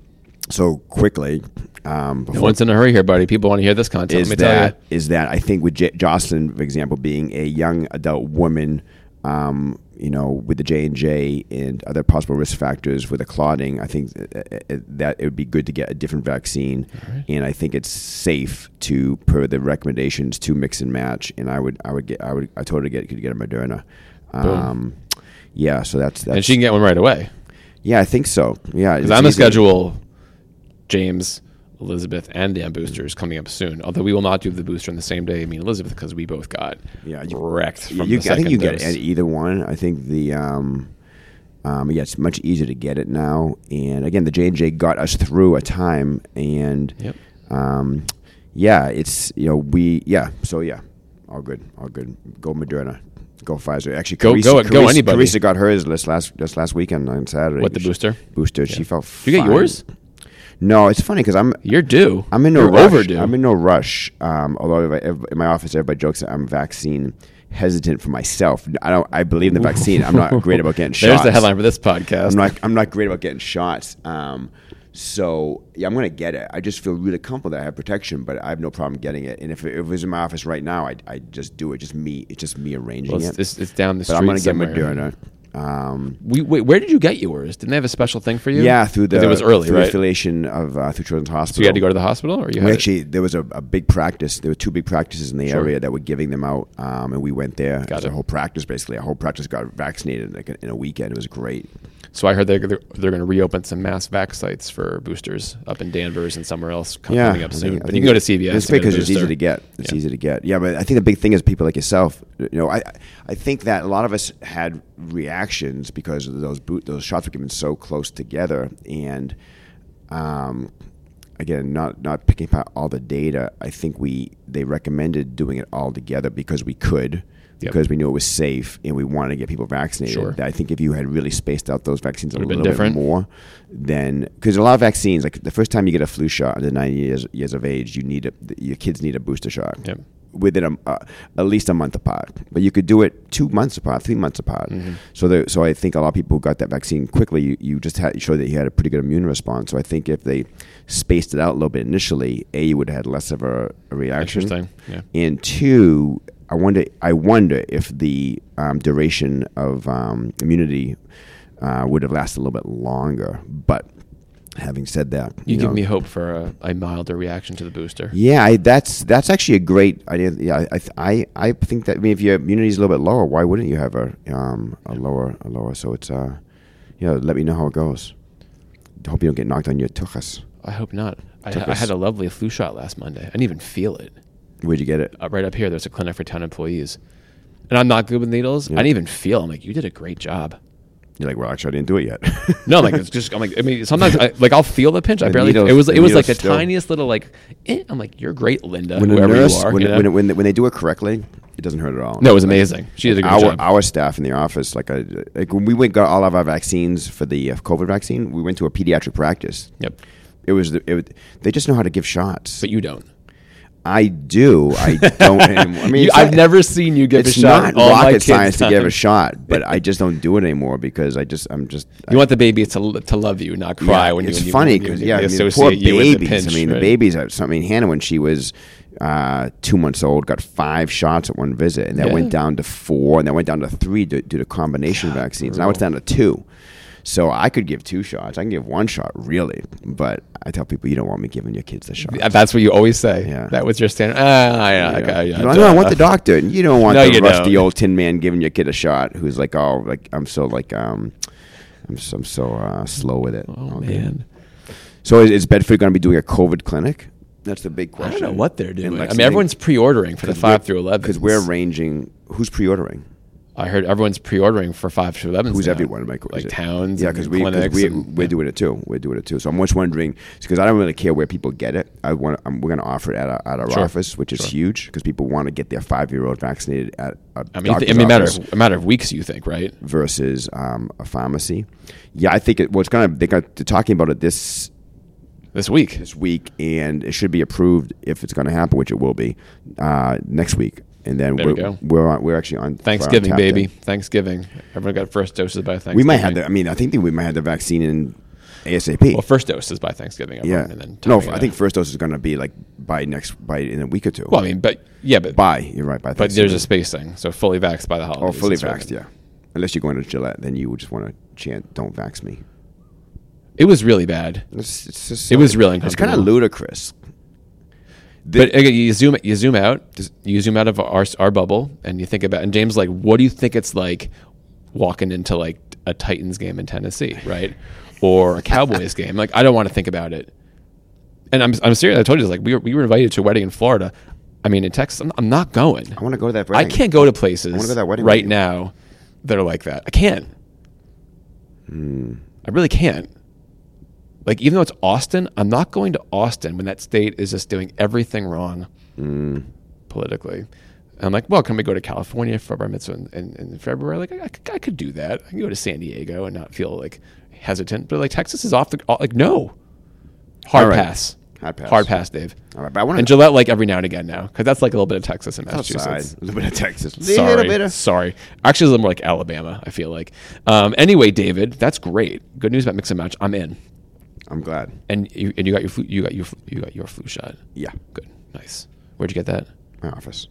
Speaker 2: So quickly, um,
Speaker 1: No
Speaker 2: before
Speaker 1: one's in a hurry here, buddy. People want to hear this content.
Speaker 2: is
Speaker 1: Let me tell you.
Speaker 2: that is that I think with J- Jocelyn, for example, being a young adult woman, um, you know, with the J and J and other possible risk factors with the clotting, I think uh, uh, that it would be good to get a different vaccine, and I think it's safe to per the recommendations to mix and match. And I would I would get I would I totally get could get a Moderna. Um, yeah, so that's that's
Speaker 1: And she can get one right away.
Speaker 2: yeah, I think so. Yeah,
Speaker 1: Because I'm going to schedule James, Elizabeth, and Dan boosters coming up soon. Although we will not do the booster on the same day, me and Elizabeth, because we both got
Speaker 2: Yeah, you-
Speaker 1: wrecked from the
Speaker 2: You- I
Speaker 1: second
Speaker 2: think you
Speaker 1: dose.
Speaker 2: get e- either one. I think the um, um, yeah, it's much easier to get it now. And again, the J and J got us through a time, and
Speaker 1: Yep.
Speaker 2: um, yeah, it's you know we yeah, so yeah, all good, all good. Go Moderna, go Pfizer. Actually,
Speaker 1: Go-
Speaker 2: Carissa,
Speaker 1: go- go
Speaker 2: Carissa-
Speaker 1: anybody.
Speaker 2: Carissa got hers this last this last weekend on Saturday.
Speaker 1: What, the
Speaker 2: She-
Speaker 1: booster?
Speaker 2: Booster. She felt.
Speaker 1: Did you get
Speaker 2: fine.
Speaker 1: yours?
Speaker 2: No, it's funny because I'm
Speaker 1: You're due.
Speaker 2: I'm in no
Speaker 1: You're
Speaker 2: rush.
Speaker 1: overdue.
Speaker 2: I'm in no rush. Um, although everybody- everybody- in my office, everybody jokes that I'm vaccine hesitant for myself. I don't. I believe in the vaccine. I'm not great about getting shots.
Speaker 1: There's the headline for this podcast.
Speaker 2: I'm not. I'm not great about getting shots. Um, so yeah, I'm gonna get it. I just feel really comfortable that I have protection, but I have no problem getting it. And if it, if it was in my office right now, I I just do it. Just me. It's just me arranging
Speaker 1: Well, it's,
Speaker 2: it.
Speaker 1: it's, it's down the
Speaker 2: but
Speaker 1: street.
Speaker 2: I'm gonna
Speaker 1: somewhere.
Speaker 2: get Moderna. Um,
Speaker 1: We, wait, where did you get yours? Didn't they have a special thing for you?
Speaker 2: yeah, through the
Speaker 1: Because it was early,
Speaker 2: through the
Speaker 1: right? So
Speaker 2: affiliation of uh, through Children's Hospital.
Speaker 1: you had to go to the hospital, or you
Speaker 2: We
Speaker 1: had it?
Speaker 2: actually, there was a, a big practice. There were two big practices in the area that were giving them out, um, and we went there.
Speaker 1: Got
Speaker 2: It was a
Speaker 1: it.
Speaker 2: whole practice, basically. Our whole practice got vaccinated like in a weekend. It was great.
Speaker 1: So I heard they're they're, they're going to reopen some mass vac sites for boosters up in Danvers and somewhere else co- coming up
Speaker 2: I
Speaker 1: soon.
Speaker 2: think-
Speaker 1: but
Speaker 2: I
Speaker 1: you
Speaker 2: think
Speaker 1: can go to
Speaker 2: it's-
Speaker 1: CVS.
Speaker 2: It's
Speaker 1: and get a
Speaker 2: because it's easy
Speaker 1: booster.
Speaker 2: to get. It's easy to get. Yeah, but I think the big thing is people like yourself. You know, I I think that a lot of us had reactions because of those boot those shots were given so close together, and um, again, not not picking apart all the data. I think we they recommended doing it all together because we could.
Speaker 1: Yep.
Speaker 2: Because we knew it was safe and we wanted to get people vaccinated.
Speaker 1: Sure.
Speaker 2: I think if you had really spaced out those vaccines a
Speaker 1: Would've been
Speaker 2: little
Speaker 1: different.
Speaker 2: bit more than because a lot of vaccines, like the first time you get a flu shot under 90 years, years of age, you need a, your kids need a booster shot
Speaker 1: Yep.
Speaker 2: within a, uh, at least a month apart. But you could do it two months apart, three months apart.
Speaker 1: Mm-hmm.
Speaker 2: So there, so I think a lot of people who got that vaccine quickly. You, you just had you showed that you had a pretty good immune response. So I think if they spaced it out a little bit initially, a you would have had less of a, a reaction.
Speaker 1: Interesting. Yeah.
Speaker 2: And two, I wonder. I wonder if the um, duration of um, immunity uh, would have lasted a little bit longer. But having said that,
Speaker 1: You, give
Speaker 2: know,
Speaker 1: me hope for a, a milder reaction to the booster.
Speaker 2: Yeah, I, that's that's actually a great idea. Yeah, I I, I think that I mean, if your immunity is a little bit lower, why wouldn't you have a um a lower a lower? So it's uh, you know, let me know how it goes. Hope you don't get knocked on your tuchus.
Speaker 1: I hope not. I,
Speaker 2: Took
Speaker 1: I
Speaker 2: us-
Speaker 1: had a lovely flu shot last Monday. I didn't even feel it.
Speaker 2: Where'd you get it?
Speaker 1: Uh, right up here, there's a clinic for town employees, and I'm not good with needles. I didn't even feel. I'm like, you did a great job.
Speaker 2: You're like, well, actually, I didn't do it yet.
Speaker 1: No, I'm like it's just. I'm like, I mean, sometimes I, like I'll feel the pinch. I
Speaker 2: The
Speaker 1: barely.
Speaker 2: needles-
Speaker 1: it was.
Speaker 2: the
Speaker 1: It was like the
Speaker 2: needles still-
Speaker 1: tiniest little like. Eh. I'm like, you're great, Linda.
Speaker 2: when a
Speaker 1: whoever
Speaker 2: nurse,
Speaker 1: you are.
Speaker 2: when,
Speaker 1: you know?
Speaker 2: when, when, when they do it correctly, it doesn't hurt at all.
Speaker 1: no, it was amazing. She did a good
Speaker 2: our,
Speaker 1: job.
Speaker 2: Our staff in the office, like, I, like when we went got all of our vaccines for the uh, COVID vaccine, we went to a pediatric practice.
Speaker 1: yep,
Speaker 2: It was, the, it was they just know how to give shots.
Speaker 1: but you don't.
Speaker 2: I do. I don't. anymore. I mean,
Speaker 1: You-
Speaker 2: it's
Speaker 1: I've
Speaker 2: not-
Speaker 1: never seen you give a
Speaker 2: It's
Speaker 1: shot.
Speaker 2: not
Speaker 1: in all my
Speaker 2: rocket
Speaker 1: kids'
Speaker 2: science to give a
Speaker 1: time.
Speaker 2: shot, but I just don't do it anymore because I just I'm just.
Speaker 1: You want the baby to to love you, not cry
Speaker 2: yeah,
Speaker 1: when you.
Speaker 2: it's
Speaker 1: when you- when
Speaker 2: funny
Speaker 1: you-
Speaker 2: because
Speaker 1: when
Speaker 2: yeah,
Speaker 1: they
Speaker 2: I mean, the
Speaker 1: associate
Speaker 2: poor
Speaker 1: you with the
Speaker 2: babies.
Speaker 1: pinch,
Speaker 2: I mean, the
Speaker 1: right?
Speaker 2: babies. Are, so, I mean, Hannah when she was uh, two months old got five shots at one visit, and that
Speaker 1: Yeah.
Speaker 2: went down to four, and that went down to three due, due to combination vaccines. Now it's down to two. So I could give two shots. I can give one shot, really. But I tell people you don't want me giving your kids the shot.
Speaker 1: Uh, That's what you always say.
Speaker 2: Yeah.
Speaker 1: That was your standard. Ah, yeah,
Speaker 2: You know?
Speaker 1: okay, yeah,
Speaker 2: You know, no, I want the doctor. And you don't want
Speaker 1: No, you
Speaker 2: the rusty
Speaker 1: don't.
Speaker 2: old tin man giving your kid a shot who's like, oh, like I'm so like um, I'm so, I'm so uh, slow with it.
Speaker 1: Oh
Speaker 2: All good.
Speaker 1: man,
Speaker 2: So is, is Bedford going to be doing a COVID clinic? That's the big
Speaker 1: I
Speaker 2: question.
Speaker 1: don't know what they're doing. I mean, everyone's pre-ordering for the five through eleven
Speaker 2: because we're arranging. Who's pre-ordering?
Speaker 1: I heard everyone's pre-ordering for five through eleven.
Speaker 2: Who's everyone? Like,
Speaker 1: like
Speaker 2: is it-
Speaker 1: towns,
Speaker 2: Yeah,
Speaker 1: and
Speaker 2: because we, 'cause
Speaker 1: clinics
Speaker 2: we
Speaker 1: and-
Speaker 2: we're
Speaker 1: yeah.
Speaker 2: doing it too. We're doing it too. So I'm just wondering because I don't really care where people get it. I want I'm, we're going to offer it at our, at our
Speaker 1: Sure.
Speaker 2: office, which is
Speaker 1: Sure.
Speaker 2: huge because people want to get their five year old vaccinated at. A
Speaker 1: I mean,
Speaker 2: doctor's
Speaker 1: it may matter
Speaker 2: office.
Speaker 1: a matter of weeks. You think, right?
Speaker 2: versus um, a pharmacy. Yeah, I think it, well, it's going to they got they're talking about it this
Speaker 1: This week.
Speaker 2: this week, and it should be approved if it's going to happen, which it will be uh, next week. And then
Speaker 1: There
Speaker 2: we're,
Speaker 1: we go.
Speaker 2: we're on, we're actually on for our
Speaker 1: Thanksgiving,
Speaker 2: tap
Speaker 1: baby.
Speaker 2: then.
Speaker 1: Thanksgiving. Everyone got first doses by Thanksgiving.
Speaker 2: We might have the. I mean, I think that we might have the vaccine in ASAP.
Speaker 1: Well, first dose is by Thanksgiving. everyone,
Speaker 2: yeah.
Speaker 1: and then
Speaker 2: no,
Speaker 1: timing
Speaker 2: I
Speaker 1: it.
Speaker 2: think first dose is going to be like by next by in a week or two.
Speaker 1: Well, I mean, but yeah, but
Speaker 2: by you're right. By
Speaker 1: but there's a space thing. So fully vaxxed by the holidays.
Speaker 2: oh fully
Speaker 1: is sort of-
Speaker 2: vaxxed. Yeah, unless you're going to Gillette, then you would just want to chant "Don't vax me."
Speaker 1: It was really bad.
Speaker 2: It's, it's just
Speaker 1: It was
Speaker 2: silly.
Speaker 1: really
Speaker 2: It's kind of
Speaker 1: uncomfortable.
Speaker 2: ludicrous. The-
Speaker 1: But again, you zoom you zoom out, you zoom out of our our bubble, and you think about. And James, like, what do you think it's like walking into like a Titans game in Tennessee, right, or a Cowboys game? Like, I don't want to think about it. And I'm I'm serious. I told you, like, we were, we were invited to a wedding in Florida. I mean, in Texas, I'm, I'm not going.
Speaker 2: I want to go to that.
Speaker 1: I
Speaker 2: wedding.
Speaker 1: can't go to places
Speaker 2: wanna go to that wedding with
Speaker 1: right
Speaker 2: you.
Speaker 1: now that are like that. I can't.
Speaker 2: Hmm.
Speaker 1: I really can't. Like, even though it's Austin, I'm not going to Austin when that state is just doing everything wrong
Speaker 2: Mm.
Speaker 1: politically. And I'm like, well, can we go to California for bar mitzvah in, in, in February? Like, I, I could- I could do that. I can go to San Diego and not feel like hesitant. But like, Texas is off the like, no, hard
Speaker 2: All right.
Speaker 1: pass,
Speaker 2: Hard pass.
Speaker 1: hard pass, Dave.
Speaker 2: All right, but I want
Speaker 1: And Gillette, like every now and again now, because that's like a little bit of Texas and Massachusetts.
Speaker 2: outside. A little bit of Texas.
Speaker 1: Sorry.
Speaker 2: Little bit of.
Speaker 1: Sorry. Actually, a little more like Alabama, I feel like. Um, anyway, David, that's great. Good news about Mix and Match. I'm in.
Speaker 2: I'm glad.
Speaker 1: And you, and you got your flu, you got your flu- you got your flu shot.
Speaker 2: Yeah,
Speaker 1: Good. Nice. Where'd you get that?
Speaker 2: my office.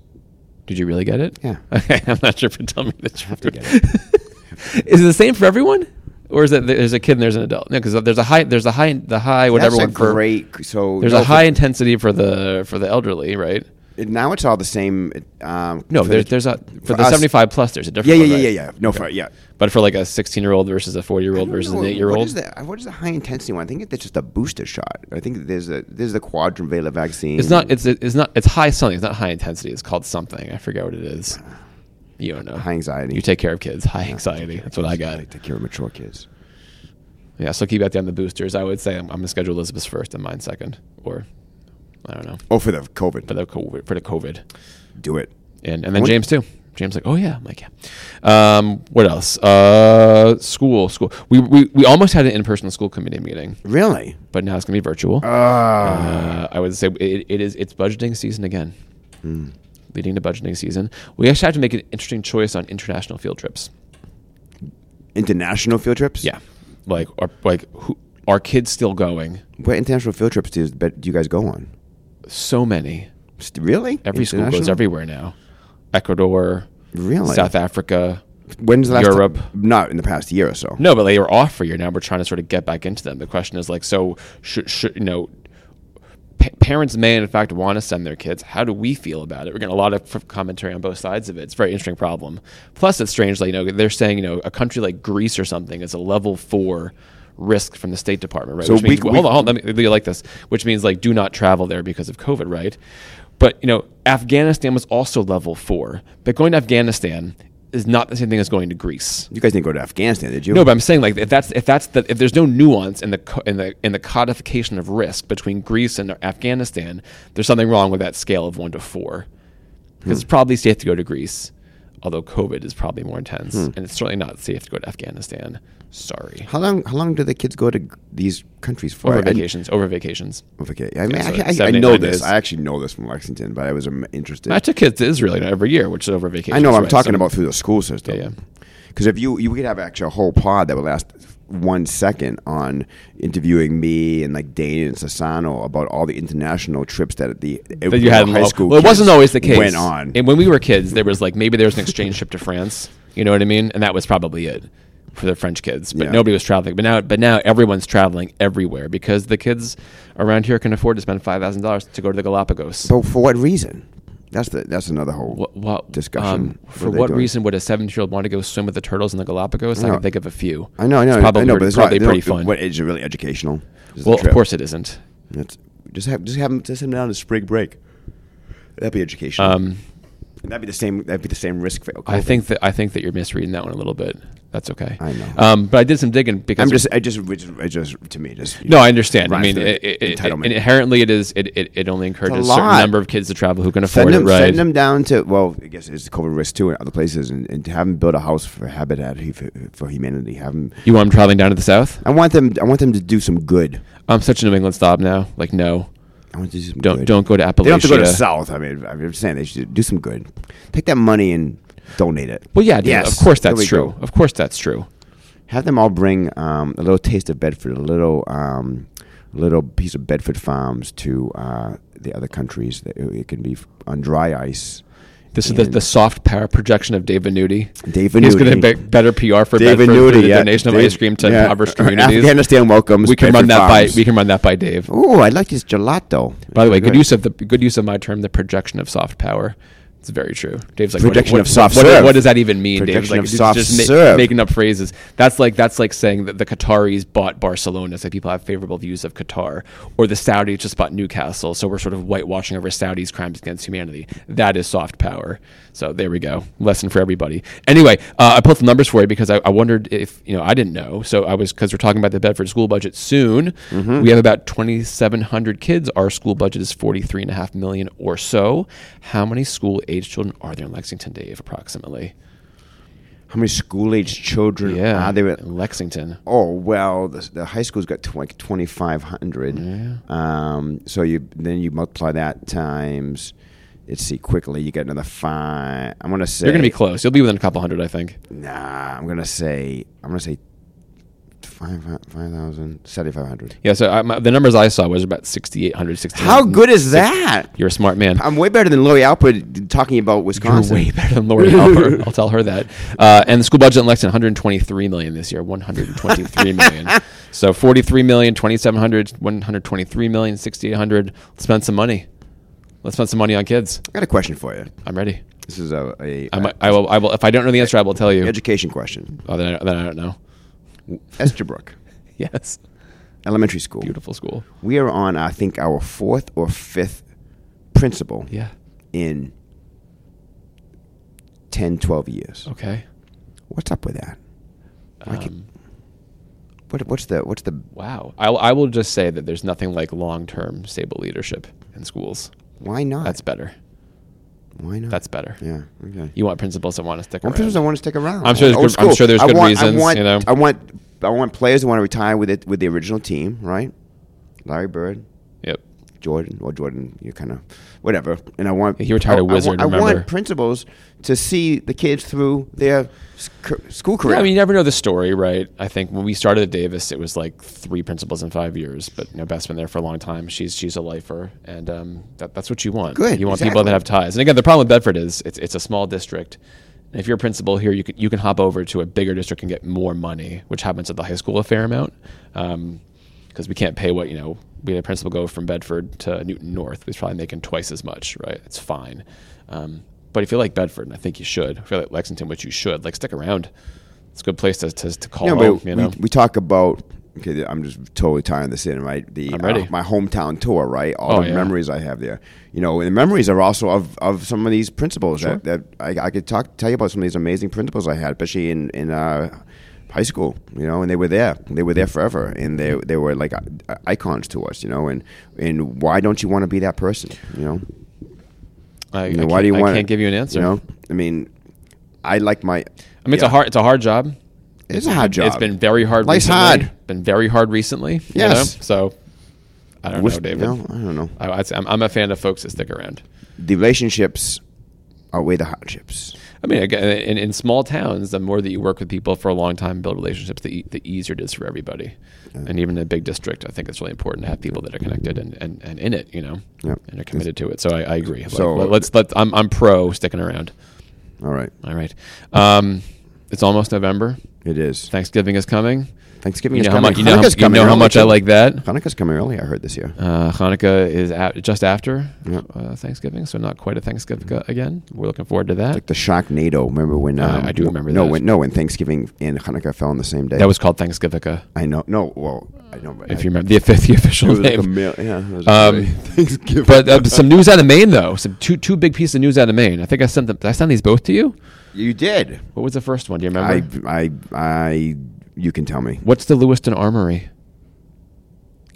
Speaker 1: Did you really get it?
Speaker 2: Yeah.
Speaker 1: Okay, I'm not sure if you're telling me the truth. is it the same for everyone? Or is it there's a kid and there's an adult? No, because there's a high there's a high the high whatever
Speaker 2: That's
Speaker 1: one
Speaker 2: a
Speaker 1: for
Speaker 2: great. So
Speaker 1: there's
Speaker 2: no,
Speaker 1: a
Speaker 2: for-
Speaker 1: high intensity for the for the elderly, right?
Speaker 2: it- now it's all the same. it, Um,
Speaker 1: No,
Speaker 2: for
Speaker 1: there's
Speaker 2: the-
Speaker 1: there's a for,
Speaker 2: for
Speaker 1: the
Speaker 2: us-
Speaker 1: 75 plus there's a different
Speaker 2: Yeah, yeah,
Speaker 1: one,
Speaker 2: yeah, yeah,
Speaker 1: right?
Speaker 2: yeah. No, for yeah.
Speaker 1: But for like a 16 year old versus a 4 year old
Speaker 2: don't
Speaker 1: versus
Speaker 2: know,
Speaker 1: an 8 year
Speaker 2: What
Speaker 1: old,
Speaker 2: is that? What is the high intensity one? I think that's just a booster shot. I think there's a there's the quadrivalent vaccine.
Speaker 1: it's not. It's it's not. It's high something. It's not high intensity. It's called something. I forget what it is. You don't know.
Speaker 2: high anxiety.
Speaker 1: You take care of kids. High anxiety. That's what I got.
Speaker 2: Like, take care of mature kids.
Speaker 1: Yeah. So keep out down the boosters. I would say I'm, I'm gonna schedule Elizabeth's first and mine second, or I don't know
Speaker 2: Oh, for the COVID.
Speaker 1: for the COVID, for the COVID,
Speaker 2: Do it.
Speaker 1: and and then
Speaker 2: What-
Speaker 1: James too. James like, oh yeah, I'm like yeah. Um, what else? Uh, school, school. We, we we almost had an in person school committee meeting,
Speaker 2: Really?
Speaker 1: but now it's gonna be virtual.
Speaker 2: Ah.
Speaker 1: Uh, I would say it, it is. It's budgeting season again, leading to budgeting season. We actually have to make an interesting choice on international field trips.
Speaker 2: international field trips.
Speaker 1: Yeah, like are, like who, are kids still going?
Speaker 2: What international field trips do, bet- do you guys go on?
Speaker 1: So many.
Speaker 2: St- Really?
Speaker 1: Every school goes
Speaker 2: International?
Speaker 1: everywhere now. Ecuador,
Speaker 2: Really?
Speaker 1: South Africa.
Speaker 2: When's the last
Speaker 1: Europe.
Speaker 2: Time? Not in the past year or so.
Speaker 1: No, but they were off for a year. Now we're trying to sort of get back into them. The question is like, so should, should you know? Pa- parents may, in fact, want to send their kids. How do we feel about it? We're getting a lot of f- commentary on both sides of it. It's a very interesting problem. Plus, it's strange, like you know, they're saying you know a country like Greece or something is a level four risk from the State Department, right?
Speaker 2: So
Speaker 1: Which
Speaker 2: we-
Speaker 1: means,
Speaker 2: we-
Speaker 1: hold on, hold on, let me you like this, which means like do not travel there because of COVID, right? But you know, Afghanistan was also level four, but going to Afghanistan is not the same thing as going to Greece.
Speaker 2: You guys didn't go to Afghanistan, did you?
Speaker 1: No, but I'm saying like if that's if that's the if there's no nuance in the co- in the in the codification of risk between Greece and Afghanistan, there's something wrong with that scale of one to four, because
Speaker 2: Hmm.
Speaker 1: it's probably safe to go to Greece, although COVID is probably more intense,
Speaker 2: Hmm.
Speaker 1: and it's certainly not safe to go to Afghanistan. Sorry,
Speaker 2: How long? How long do the kids go to g- these countries for?
Speaker 1: over
Speaker 2: I-
Speaker 1: vacations, over vacations.
Speaker 2: Okay, I, mean,
Speaker 1: Yeah, so
Speaker 2: I- I- I,
Speaker 1: seven, eight,
Speaker 2: know
Speaker 1: nine
Speaker 2: this.
Speaker 1: days.
Speaker 2: I actually know this from Lexington, but I was um, interested.
Speaker 1: I took kids to Israel you know, every year, which is over vacation.
Speaker 2: I know what I'm talking about through the school system.
Speaker 1: Yeah, yeah.
Speaker 2: Because if you you could have actually a whole pod that would last one second on interviewing me and like Dane and Sassano about all the international trips that the
Speaker 1: That you had in
Speaker 2: high
Speaker 1: low-
Speaker 2: school.
Speaker 1: Well, it wasn't
Speaker 2: kids
Speaker 1: always the case.
Speaker 2: Went on.
Speaker 1: and when we were kids, there was like maybe there was an exchange trip to France. You know what I mean? And that was probably it for the French kids. But
Speaker 2: Yeah.
Speaker 1: nobody was traveling. But now, but now everyone's traveling everywhere because the kids around here can afford to spend five thousand dollars to go to the Galapagos.
Speaker 2: but for what reason? That's the that's another whole
Speaker 1: what, what
Speaker 2: discussion.
Speaker 1: um,
Speaker 2: What
Speaker 1: for
Speaker 2: are they
Speaker 1: what
Speaker 2: doing?
Speaker 1: reason would a seventeen-year-old want to go swim with the turtles in the Galapagos? I
Speaker 2: No.
Speaker 1: can think of a few.
Speaker 2: I know, I know,
Speaker 1: It's probably
Speaker 2: I know, but it's
Speaker 1: probably
Speaker 2: not,
Speaker 1: pretty
Speaker 2: they don't-
Speaker 1: fun.
Speaker 2: What is it really educational? This is a
Speaker 1: well, of
Speaker 2: trip.
Speaker 1: course it isn't.
Speaker 2: It's, just have just have them just send them down to spring break. That'd be educational.
Speaker 1: Um,
Speaker 2: and that'd be the same. That'd be the same risk. For
Speaker 1: I think that I think that you're misreading that one a little bit. That's okay.
Speaker 2: I know.
Speaker 1: Um, but I did some digging because
Speaker 2: I'm just. I just. I just. I just to me, just.
Speaker 1: No, I understand. I
Speaker 2: Rhymes
Speaker 1: mean,
Speaker 2: with
Speaker 1: it, it, it,
Speaker 2: entitlement.
Speaker 1: and inherently, it is. It, it, it only encourages a certain
Speaker 2: lot.
Speaker 1: number of kids to travel who can afford
Speaker 2: Send them,
Speaker 1: it, right?
Speaker 2: send them down to well. I guess it's COVID risk too in other places, and, and have them build a house for Habitat Hu- for, for Humanity. Have them.
Speaker 1: You want them traveling down to the south?
Speaker 2: I want them. I want them to do some good.
Speaker 1: I'm such a New England snob now. Like, no,
Speaker 2: I want to do some
Speaker 1: don't
Speaker 2: good.
Speaker 1: don't go to Appalachia.
Speaker 2: They don't have to go to South. I mean, I'm just saying they should do some good. Take that money and donate it.
Speaker 1: Well, yeah, dude,
Speaker 2: Yes.
Speaker 1: of course
Speaker 2: There
Speaker 1: that's
Speaker 2: we
Speaker 1: true.
Speaker 2: go.
Speaker 1: Of course that's true.
Speaker 2: have them all bring um, a little taste of Bedford, a little um, little piece of Bedford farms to uh, the other countries. It, it can be on dry ice.
Speaker 1: This is the,
Speaker 2: And-
Speaker 1: the soft power projection of Dave Venuti.
Speaker 2: Dave
Speaker 1: He's going to
Speaker 2: Venuti.
Speaker 1: be better PR for
Speaker 2: Dave
Speaker 1: Bedford
Speaker 2: Venuti,
Speaker 1: for the
Speaker 2: yeah.
Speaker 1: donation of
Speaker 2: Dave-
Speaker 1: ice cream to
Speaker 2: yeah.
Speaker 1: impoverished communities.
Speaker 2: Afghanistan welcomes.
Speaker 1: we can run
Speaker 2: Bedford
Speaker 1: that
Speaker 2: farms.
Speaker 1: by we can run that by Dave.
Speaker 2: Oh, I like this gelato.
Speaker 1: By the way, good
Speaker 2: Good.
Speaker 1: use of the good use of my term, the projection of soft power. It's very true. Dave's like
Speaker 2: Projection
Speaker 1: what,
Speaker 2: of soft
Speaker 1: what, what,
Speaker 2: serve.
Speaker 1: what does that even mean? Dave's
Speaker 2: Projection
Speaker 1: like
Speaker 2: of
Speaker 1: just-
Speaker 2: soft
Speaker 1: just ma-
Speaker 2: serve.
Speaker 1: making up phrases. That's like that's like saying that the Qataris bought Barcelona, so people have favorable views of Qatar, or the Saudis just bought Newcastle, so we're sort of whitewashing over Saudis' crimes against humanity. That is soft power. So there we go, lesson for everybody. Anyway, uh, I pulled some numbers for you because I, I wondered if you know I didn't know. So I was because we're talking about the Bedford school budget soon.
Speaker 2: Mm-hmm.
Speaker 1: We have about twenty seven hundred kids. Our school budget is forty three and a half million or so. How many school age children are there in Lexington, Dave? Approximately.
Speaker 2: How many school-aged children
Speaker 1: Yeah,
Speaker 2: are there? at-
Speaker 1: in Lexington.
Speaker 2: Oh well, the, the high school's got tw- like twenty five hundred. Um, so you then you multiply that times. Let's see quickly. You get another five. I'm gonna say
Speaker 1: You're going to be close. You'll be within a couple hundred, I think.
Speaker 2: Nah, I'm gonna say I'm gonna say five five thousand seventy five hundred.
Speaker 1: Yeah. So I, my, the numbers I saw was about 6,800, 16.
Speaker 2: How good is that?
Speaker 1: You're a smart man.
Speaker 2: I'm way better than Lori Alpert talking about
Speaker 1: You're
Speaker 2: Wisconsin.
Speaker 1: way better than Lori Helper. I'll tell her that. Uh, and the school budget in Lexington, 123 million this year. 123 million. so 43 million, 2700, 123 million, 6800. Let's spend some money. Let's spend some money on kids.
Speaker 2: I got a question for you.
Speaker 1: I'm ready.
Speaker 2: This is a, a,
Speaker 1: I'm, I will. I will. If I don't know the answer, I will tell you.
Speaker 2: education question.
Speaker 1: Oh, then I, then I don't know.
Speaker 2: Esterbrook
Speaker 1: Yes.
Speaker 2: Elementary School.
Speaker 1: Beautiful school.
Speaker 2: We are on, I think, our fourth or fifth principal
Speaker 1: Yeah.
Speaker 2: in 10, 12 years.
Speaker 1: Okay.
Speaker 2: What's up with that? I can-
Speaker 1: Um,
Speaker 2: What, what's the what's the
Speaker 1: Wow. I, I will just say that there's nothing like long term stable leadership in schools.
Speaker 2: why not?
Speaker 1: That's better.
Speaker 2: why not.
Speaker 1: That's better.
Speaker 2: yeah. Okay.
Speaker 1: You want principals that want to stick
Speaker 2: One
Speaker 1: around.
Speaker 2: person I want to stick around.
Speaker 1: I'm sure there's
Speaker 2: Old
Speaker 1: good- I'm
Speaker 2: school.
Speaker 1: sure there's
Speaker 2: I
Speaker 1: good
Speaker 2: want-
Speaker 1: reasons,
Speaker 2: I want,
Speaker 1: you know.
Speaker 2: I want I want players who want to retire with it with the original team, right? Larry Bird,
Speaker 1: Yep.
Speaker 2: Jordan, or Jordan, you kind of whatever. And I want
Speaker 1: He retired
Speaker 2: I,
Speaker 1: a
Speaker 2: I want-
Speaker 1: wizard,
Speaker 2: I,
Speaker 1: remember?
Speaker 2: want principals to see the kids through their sc- school career.
Speaker 1: Yeah, I mean, you never know the story, right? I think when we started at Davis, it was like three principals in five years, but you know, Beth's been there for a long time. She's she's a lifer, and um, that, that's what you want.
Speaker 2: Good,
Speaker 1: You want people
Speaker 2: exactly.
Speaker 1: that have ties. Uh, And again, the problem with Bedford is it's, it's a small district. And if you're a principal here, you can, you can hop over to a bigger district and get more money, which happens at the high school a fair amount. Um, because we can't pay what you know we had a principal go from Bedford to Newton North. We're probably making twice as much, right? It's fine. Um, but if you like Bedford, and I think you should, if you like Lexington, which you should, like stick around. It's a good place to to, to call
Speaker 2: No,
Speaker 1: home.
Speaker 2: but
Speaker 1: You know,
Speaker 2: we, we talk about. Okay, I'm just totally tying this in, right? The
Speaker 1: I'm ready.
Speaker 2: uh, my hometown tour, right? All
Speaker 1: Oh,
Speaker 2: the
Speaker 1: yeah.
Speaker 2: memories I have there, you know, and the memories are also of, of some of these principals that, that I, I could talk tell you about some of these amazing principals I had, especially in in uh, high school, you know, and they were there, they were there forever, and they they were like uh, icons to us, you know, and and why don't you want to be that person, you know?
Speaker 1: I,
Speaker 2: You know,
Speaker 1: I
Speaker 2: why
Speaker 1: can't-
Speaker 2: do you
Speaker 1: I
Speaker 2: want?
Speaker 1: can't give you an answer.
Speaker 2: You know, I mean, I like my.
Speaker 1: I mean, it's a hard it's a hard job.
Speaker 2: It's a hard job.
Speaker 1: It's been very hard.
Speaker 2: Life's
Speaker 1: recently.
Speaker 2: hard.
Speaker 1: Been very hard recently. you
Speaker 2: Yes.
Speaker 1: know? So I don't know,
Speaker 2: Wish-
Speaker 1: David.
Speaker 2: no, I don't know.
Speaker 1: I, I'd say I'm, I'm a fan of folks that stick around.
Speaker 2: the relationships outweigh the hardships.
Speaker 1: I mean, again, in, in small towns, the more that you work with people for a long time, and build relationships, the, e- the easier it is for everybody. And even in a big district, I think it's really important to have people that are connected and, and, and in it, you know,
Speaker 2: Yep.
Speaker 1: and are committed to it. So I, I agree. Like,
Speaker 2: So-
Speaker 1: let- let's let I'm I'm pro sticking around.
Speaker 2: All right,
Speaker 1: All right, um, it's almost November.
Speaker 2: it is.
Speaker 1: Thanksgiving is coming.
Speaker 2: Thanksgiving
Speaker 1: You
Speaker 2: is
Speaker 1: know how
Speaker 2: coming.
Speaker 1: much you know, how,
Speaker 2: Hanukkah's
Speaker 1: you know how
Speaker 2: early,
Speaker 1: much I
Speaker 2: too.
Speaker 1: like that.
Speaker 2: Hanukkah's coming early. I heard this year.
Speaker 1: Uh, Hanukkah is at, just after
Speaker 2: Yeah. Mm-hmm.
Speaker 1: uh, Thanksgiving, so not quite a Thanksgiving again. We're looking forward to that.
Speaker 2: Like the Sharknado. Remember when?
Speaker 1: Uh,
Speaker 2: um,
Speaker 1: I do remember
Speaker 2: No,
Speaker 1: that.
Speaker 2: when no when Thanksgiving and Hanukkah fell on the same day.
Speaker 1: That was called Thanksgiving.
Speaker 2: I know. No, well, I know. but
Speaker 1: If
Speaker 2: I-
Speaker 1: you remember the, the
Speaker 2: it
Speaker 1: official
Speaker 2: was like
Speaker 1: name,
Speaker 2: a mil- yeah, it was
Speaker 1: Um,
Speaker 2: like Thanksgiving.
Speaker 1: But uh, some news out of Maine, though. Some two two big pieces of news out of Maine. I think I sent them. Did I send these both to you?
Speaker 2: you did.
Speaker 1: What was the first one? Do you
Speaker 2: I,
Speaker 1: remember?
Speaker 2: I, I. You can tell me.
Speaker 1: What's the Lewiston Armory?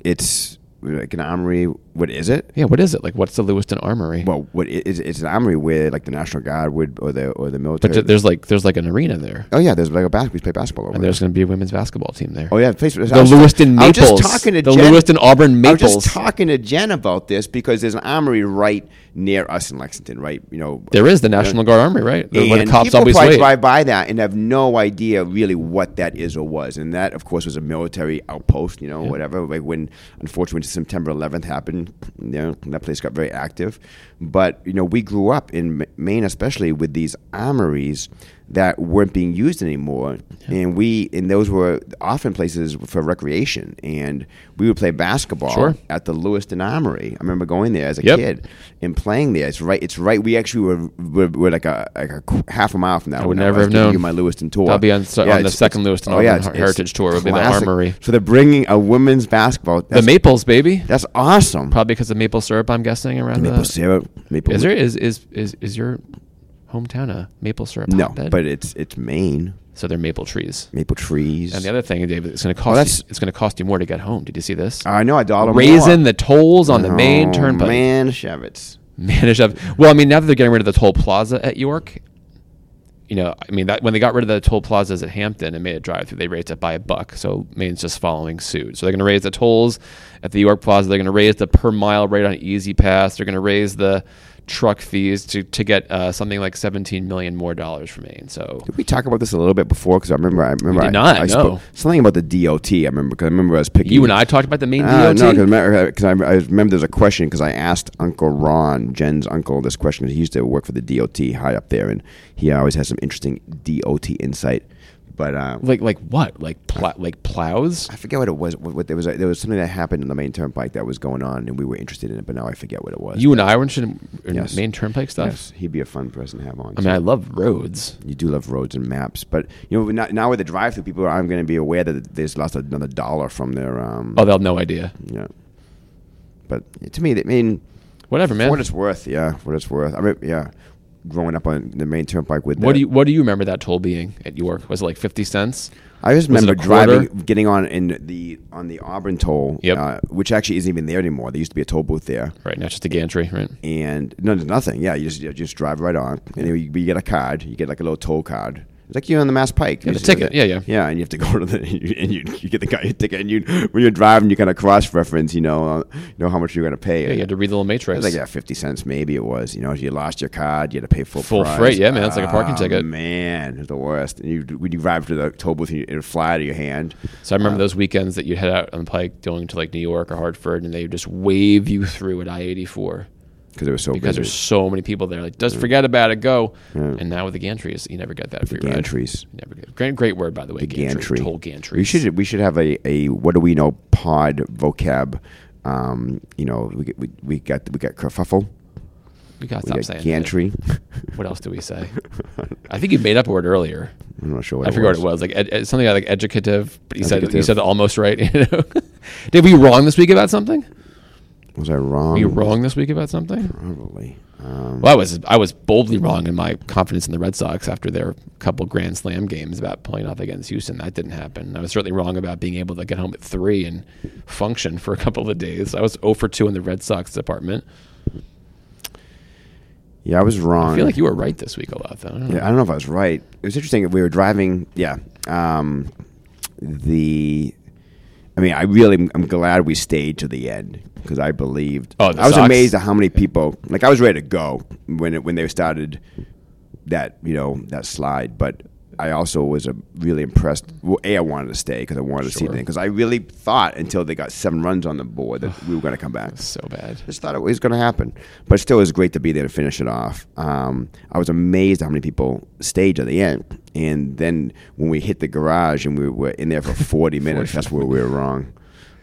Speaker 2: It's like an armory. What is it?
Speaker 1: Yeah, what is it? Like, what's the Lewiston Armory?
Speaker 2: Well, what i- it's, it's an armory where like the National Guard would or the or the military.
Speaker 1: but th- there's like there's like an arena there,
Speaker 2: oh yeah, there's like a basketball. We play basketball over
Speaker 1: and
Speaker 2: there.
Speaker 1: there's going to be a women's basketball team there.
Speaker 2: Oh yeah, please,
Speaker 1: the Lewiston Maples.
Speaker 2: I was just talking to
Speaker 1: the
Speaker 2: Jen.
Speaker 1: Lewiston Auburn
Speaker 2: I was
Speaker 1: Maples.
Speaker 2: just talking to Jen about this because there's an armory right near us in Lexington, right? You know,
Speaker 1: there is the National Guard Armory, right? The- where
Speaker 2: and
Speaker 1: the cops
Speaker 2: people
Speaker 1: always
Speaker 2: probably
Speaker 1: wait.
Speaker 2: drive by that and have no idea really what that is or was. And that, of course, was a military outpost, you know, whatever. Like when, unfortunately, September 11th happened, you know, that place got very active. But, you know, we grew up in Ma- Maine, especially with these armories that weren't being used anymore. And we, and those were often places for recreation. And we would play basketball
Speaker 1: Sure.
Speaker 2: at the Lewiston Armory. I remember going there as a
Speaker 1: Yep.
Speaker 2: kid and playing there. It's right. It's right. We actually were were, were like a like a qu- half a mile from that.
Speaker 1: I would
Speaker 2: when
Speaker 1: never
Speaker 2: was
Speaker 1: have
Speaker 2: giving
Speaker 1: known.
Speaker 2: You my Lewiston tour.
Speaker 1: That'll be on- so- on the
Speaker 2: it's-
Speaker 1: second
Speaker 2: it's-
Speaker 1: Lewiston Auburn Her- Heritage Tour would be the Armory.
Speaker 2: So they're bringing a women's basketball.
Speaker 1: the
Speaker 2: That's,
Speaker 1: Maples, baby.
Speaker 2: that's awesome.
Speaker 1: Probably because of maple syrup, I'm guessing around
Speaker 2: Maple
Speaker 1: the.
Speaker 2: syrup. Maple.
Speaker 1: Is there is is is is your hometown a maple syrup?
Speaker 2: No,
Speaker 1: hotbed?
Speaker 2: but it's it's Maine.
Speaker 1: so they're maple trees.
Speaker 2: Maple trees.
Speaker 1: And the other thing, David, it's going to cost
Speaker 2: Oh, that's-
Speaker 1: you, it's going to cost you more to get home. Did you see this?
Speaker 2: I know a dollar
Speaker 1: Raising
Speaker 2: more.
Speaker 1: the tolls on the main
Speaker 2: Oh,
Speaker 1: turnpike.
Speaker 2: Man, Shevitz.
Speaker 1: manage up. Well, I mean, now that they're getting rid of the toll plaza at York, you know, I mean, that when they got rid of the toll plazas at Hampton and made it drive through, they raised it by a buck. So Maine's just following suit. So they're going to raise the tolls at the York Plaza. They're going to raise the per mile rate on Easy Pass. They're going to raise the truck fees to to get uh, something like 17 million more dollars for Maine. So
Speaker 2: Did we talk about this a little bit before? Because I remember, I remember,
Speaker 1: did
Speaker 2: I,
Speaker 1: not,
Speaker 2: I
Speaker 1: no.
Speaker 2: spoke- something about the DOT. I remember because I remember I was picking
Speaker 1: you and I talked about the Maine
Speaker 2: Uh,
Speaker 1: DOT.
Speaker 2: no, because I, I remember there's a question because I asked Uncle Ron, Jen's uncle, this question. 'cause He used to work for the DOT high up there, and he always has some interesting DOT insight. But uh,
Speaker 1: like like what? Like pl- like plows?
Speaker 2: I forget what it was. What, what there was, uh, there was something that happened in the main turnpike that was going on, and we were interested in it, but now I forget what it was.
Speaker 1: You and I were in in
Speaker 2: Yes.
Speaker 1: Maine Turnpike stuff.
Speaker 2: yes, he'd be a fun person to have on.
Speaker 1: I mean, I love roads.
Speaker 2: you do love roads and maps, but you know now, now with the drive-through, people are going to be aware that there's lost another dollar from their. Um,
Speaker 1: Oh, they'll have no idea.
Speaker 2: yeah. But to me, I mean.
Speaker 1: Whatever, man.
Speaker 2: For what it's worth, yeah. What it's worth. I mean, yeah. Growing up on the main turnpike with
Speaker 1: What
Speaker 2: that.
Speaker 1: do you What do you remember that toll being at York? Was it like fifty cents?
Speaker 2: I just
Speaker 1: was it
Speaker 2: remember
Speaker 1: a quarter?
Speaker 2: driving, getting on in the on the Auburn toll,
Speaker 1: Yep.
Speaker 2: uh, which actually isn't even there anymore. There used to be a toll booth there,
Speaker 1: Right, not just a gantry, right?
Speaker 2: and no, there's nothing. Yeah, you just you just drive right on, and then you, you get a card. You get like a little toll card. It's like you're on the Mass Pike.
Speaker 1: Yeah,
Speaker 2: You
Speaker 1: the
Speaker 2: just do
Speaker 1: ticket.
Speaker 2: that.
Speaker 1: Yeah, yeah.
Speaker 2: yeah. And you have to go to the and you, and you, you get the guy your ticket, and you when you're driving, you kind of cross reference, you know, uh, you know how much you're gonna pay.
Speaker 1: Yeah, you had to read the little
Speaker 2: It
Speaker 1: matrix.
Speaker 2: was like yeah, fifty cents maybe it was. You know, if you lost your card, you had to pay full
Speaker 1: Full
Speaker 2: price.
Speaker 1: freight, yeah, man, it's like a parking
Speaker 2: Ah,
Speaker 1: ticket.
Speaker 2: Man, it's the worst. And you when you drive to the toll booth, it would fly out of your hand.
Speaker 1: So I remember those weekends that you'd head out on the pike going to like New York or Hartford, and they would just wave you through at I eighty four
Speaker 2: Oh, because it was so
Speaker 1: because
Speaker 2: busy.
Speaker 1: there's so many people there. Like, just forget about it, go. And now with the gantries, you never get that free ride.
Speaker 2: gantries.
Speaker 1: You never get great, great word by the way.
Speaker 2: gantry.
Speaker 1: toll gantry.
Speaker 2: We should we should have a, a what do we know pod vocab. Um, you know, we get- we we got we got kerfuffle.
Speaker 1: We gotta
Speaker 2: We
Speaker 1: stop
Speaker 2: got
Speaker 1: saying
Speaker 2: gantry.
Speaker 1: That. What else do we say? I think you made up a word earlier.
Speaker 2: I'm not sure. What
Speaker 1: I
Speaker 2: it
Speaker 1: forgot what
Speaker 2: was.
Speaker 1: it was. Like ed- ed- something like educative, but you said you
Speaker 2: Educative.
Speaker 1: said it almost right. You know? Dave, were you wrong this week about something?
Speaker 2: Was I wrong?
Speaker 1: Were you wrong this week about something?
Speaker 2: Probably. Um,
Speaker 1: Well, I was I was boldly wrong in my confidence in the Red Sox after their couple Grand Slam games about playing off against Houston. That didn't happen. I was certainly wrong about being able to get home at three and function for a couple of days. I was 0 for two in the Red Sox department.
Speaker 2: yeah, I was wrong.
Speaker 1: I feel like you were right this week a lot though. I don't know.
Speaker 2: Yeah, I don't know if I was right. It was interesting. We were driving. Yeah. Um, the. I mean, I really, I'm glad we stayed to the end because I believed.
Speaker 1: Oh, the
Speaker 2: I was
Speaker 1: Sox?
Speaker 2: amazed at how many people. Like, I was ready to go when it, when they started that you know that slide, but I also was uh really impressed. Well, a, I wanted to stay because I wanted to see
Speaker 1: Sure.
Speaker 2: the because I really thought until they got seven runs on the board that we were going to come back
Speaker 1: So bad.
Speaker 2: just thought it was going to happen. But still, it was great to be there to finish it off. Um, I was amazed at how many people stayed to the end. And then when we hit the garage and we were in there for 40 minutes, that's where we were wrong.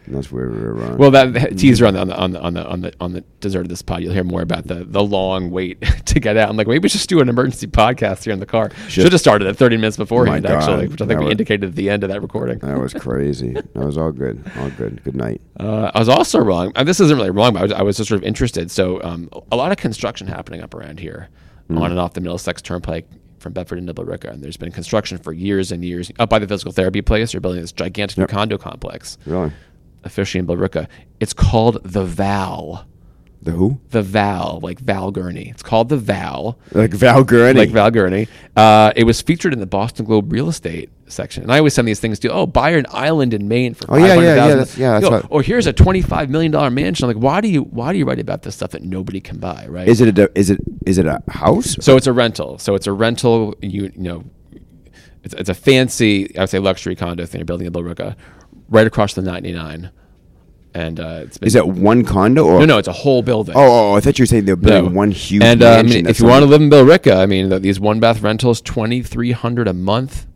Speaker 2: That's where we were wrong.
Speaker 1: Well, that, that teaser on the on the on the on the on the, on the dessert of this pod, you'll hear more about the the long wait to get out. I'm like, maybe we should just do an emergency podcast here in the car. Should have started at 30 minutes beforehand,
Speaker 2: My God. Uh,
Speaker 1: actually, which I think
Speaker 2: That
Speaker 1: we
Speaker 2: would-
Speaker 1: indicated at the end of that recording.
Speaker 2: that was crazy. that was all good. All good. Good night.
Speaker 1: Uh, I was also wrong. uh, This isn't really wrong, but I was, I was just sort of interested. So, um, a lot of construction happening up around here,
Speaker 2: Mm-hmm.
Speaker 1: on and off the Middlesex Turnpike from Bedford and Billerica. And there's been construction for years and years. Up by the physical therapy place, they're building this gigantic new condo complex.
Speaker 2: Really?
Speaker 1: I officially in Billerica. It's called the Val.
Speaker 2: The who?
Speaker 1: The Val, like Val Gurney. It's called the Val,
Speaker 2: Like Val Gurney.
Speaker 1: like Val Gurney. Uh, it was featured in the Boston Globe real estate section. And I always send these things to, oh, buy an island in Maine for
Speaker 2: Oh, yeah, yeah, yeah,
Speaker 1: 500000
Speaker 2: that's- yeah, that's
Speaker 1: Yo,
Speaker 2: what-
Speaker 1: Or here's a $25 million mansion. I'm like, why do you why do you write about this stuff that nobody can buy, right?
Speaker 2: is it a is it is it a house?
Speaker 1: So it's a rental. So it's a rental. You, you know, it's, it's a fancy, I would say, luxury condo thing. You're building in Billerica, right across the 99, and uh, it's been
Speaker 2: Is that one condo or
Speaker 1: no, no. It's a whole building.
Speaker 2: Oh, oh, I thought you were saying they're
Speaker 1: No.
Speaker 2: building one huge.
Speaker 1: And uh, I mean,
Speaker 2: mansion
Speaker 1: if
Speaker 2: that's
Speaker 1: you want to
Speaker 2: on-
Speaker 1: live in Billerica, I mean, th- these one bath rentals, twenty three hundred a month.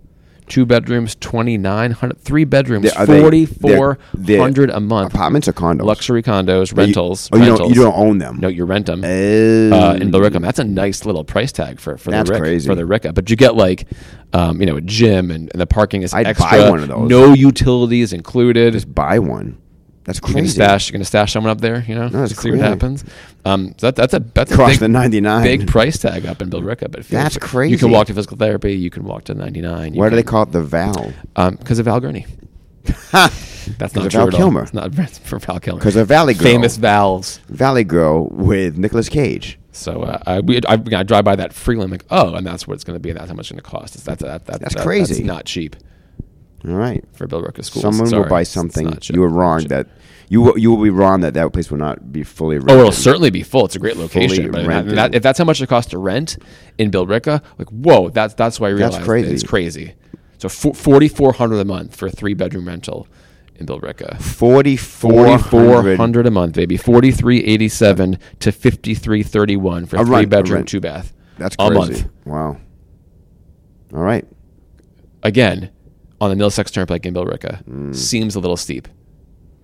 Speaker 1: Two bedrooms, twenty nine hundred. Three bedrooms,
Speaker 2: They- are they- they're-
Speaker 1: forty four hundred
Speaker 2: they're
Speaker 1: a month.
Speaker 2: apartments or condos,
Speaker 1: Luxury condos,
Speaker 2: But you-
Speaker 1: rentals.
Speaker 2: Oh, you
Speaker 1: rentals.
Speaker 2: don't you don't own them.
Speaker 1: No, you rent them
Speaker 2: Oh.
Speaker 1: uh, in Billerica. That's a nice little price tag for for
Speaker 2: That's
Speaker 1: the Rick,
Speaker 2: crazy.
Speaker 1: for the Ricca. But you get like, um, you know, a gym and, and the parking is
Speaker 2: I'd buy
Speaker 1: extra.
Speaker 2: one of those.
Speaker 1: No utilities included.
Speaker 2: buy one. That's
Speaker 1: you're gonna
Speaker 2: crazy.
Speaker 1: stash. You're gonna stash someone up there. You know,
Speaker 2: that's
Speaker 1: see what
Speaker 2: crazy.
Speaker 1: happens. Um, so that, that's a that's
Speaker 2: Across
Speaker 1: a big,
Speaker 2: the 99.
Speaker 1: big price tag up in Billerica. But it feels-
Speaker 2: That's
Speaker 1: You
Speaker 2: crazy.
Speaker 1: can walk to physical therapy. You can walk to 99. you
Speaker 2: Why do they
Speaker 1: can-
Speaker 2: call it the Val?
Speaker 1: Um, because of Val Gurney. That's not
Speaker 2: of
Speaker 1: true
Speaker 2: Val
Speaker 1: at all.
Speaker 2: Kilmer.
Speaker 1: It's not it's for Val Kilmer.
Speaker 2: 'Cause of Valley Girl.
Speaker 1: Famous valves.
Speaker 2: Valley Girl with Nicolas Cage.
Speaker 1: So uh, I, we, I, I drive by that freely. I'm like, oh, and that's what it's going to be, and that's how much it's going to cost. It's, that's that, that,
Speaker 2: That's
Speaker 1: that-
Speaker 2: crazy.
Speaker 1: That's not cheap
Speaker 2: All right.
Speaker 1: for Bill Rucka schools.
Speaker 2: Someone
Speaker 1: Sorry.
Speaker 2: will buy
Speaker 1: It's- it's
Speaker 2: something.
Speaker 1: not cheap.
Speaker 2: You were wrong that you will, you will be wrong that that place will not be fully
Speaker 1: Oh,
Speaker 2: rented.
Speaker 1: it'll certainly be full. It's a great location. But that-
Speaker 2: rented.
Speaker 1: that- if that's how much it costs to rent in Bill Rucka, like, whoa, that's that's why I realized that
Speaker 2: crazy.
Speaker 1: it's crazy. So forty four hundred a month for a three bedroom rental in Bill Rucka.
Speaker 2: Forty four
Speaker 1: Forty four hundred a month, baby. Forty three eighty seven to fifty three thirty one for
Speaker 2: A
Speaker 1: three
Speaker 2: rent, a
Speaker 1: bedroom
Speaker 2: rent.
Speaker 1: two bath.
Speaker 2: That's
Speaker 1: a
Speaker 2: crazy.
Speaker 1: month.
Speaker 2: Wow. All right.
Speaker 1: again on the Middlesex Turnpike in Billerica
Speaker 2: Hmm.
Speaker 1: seems a little steep.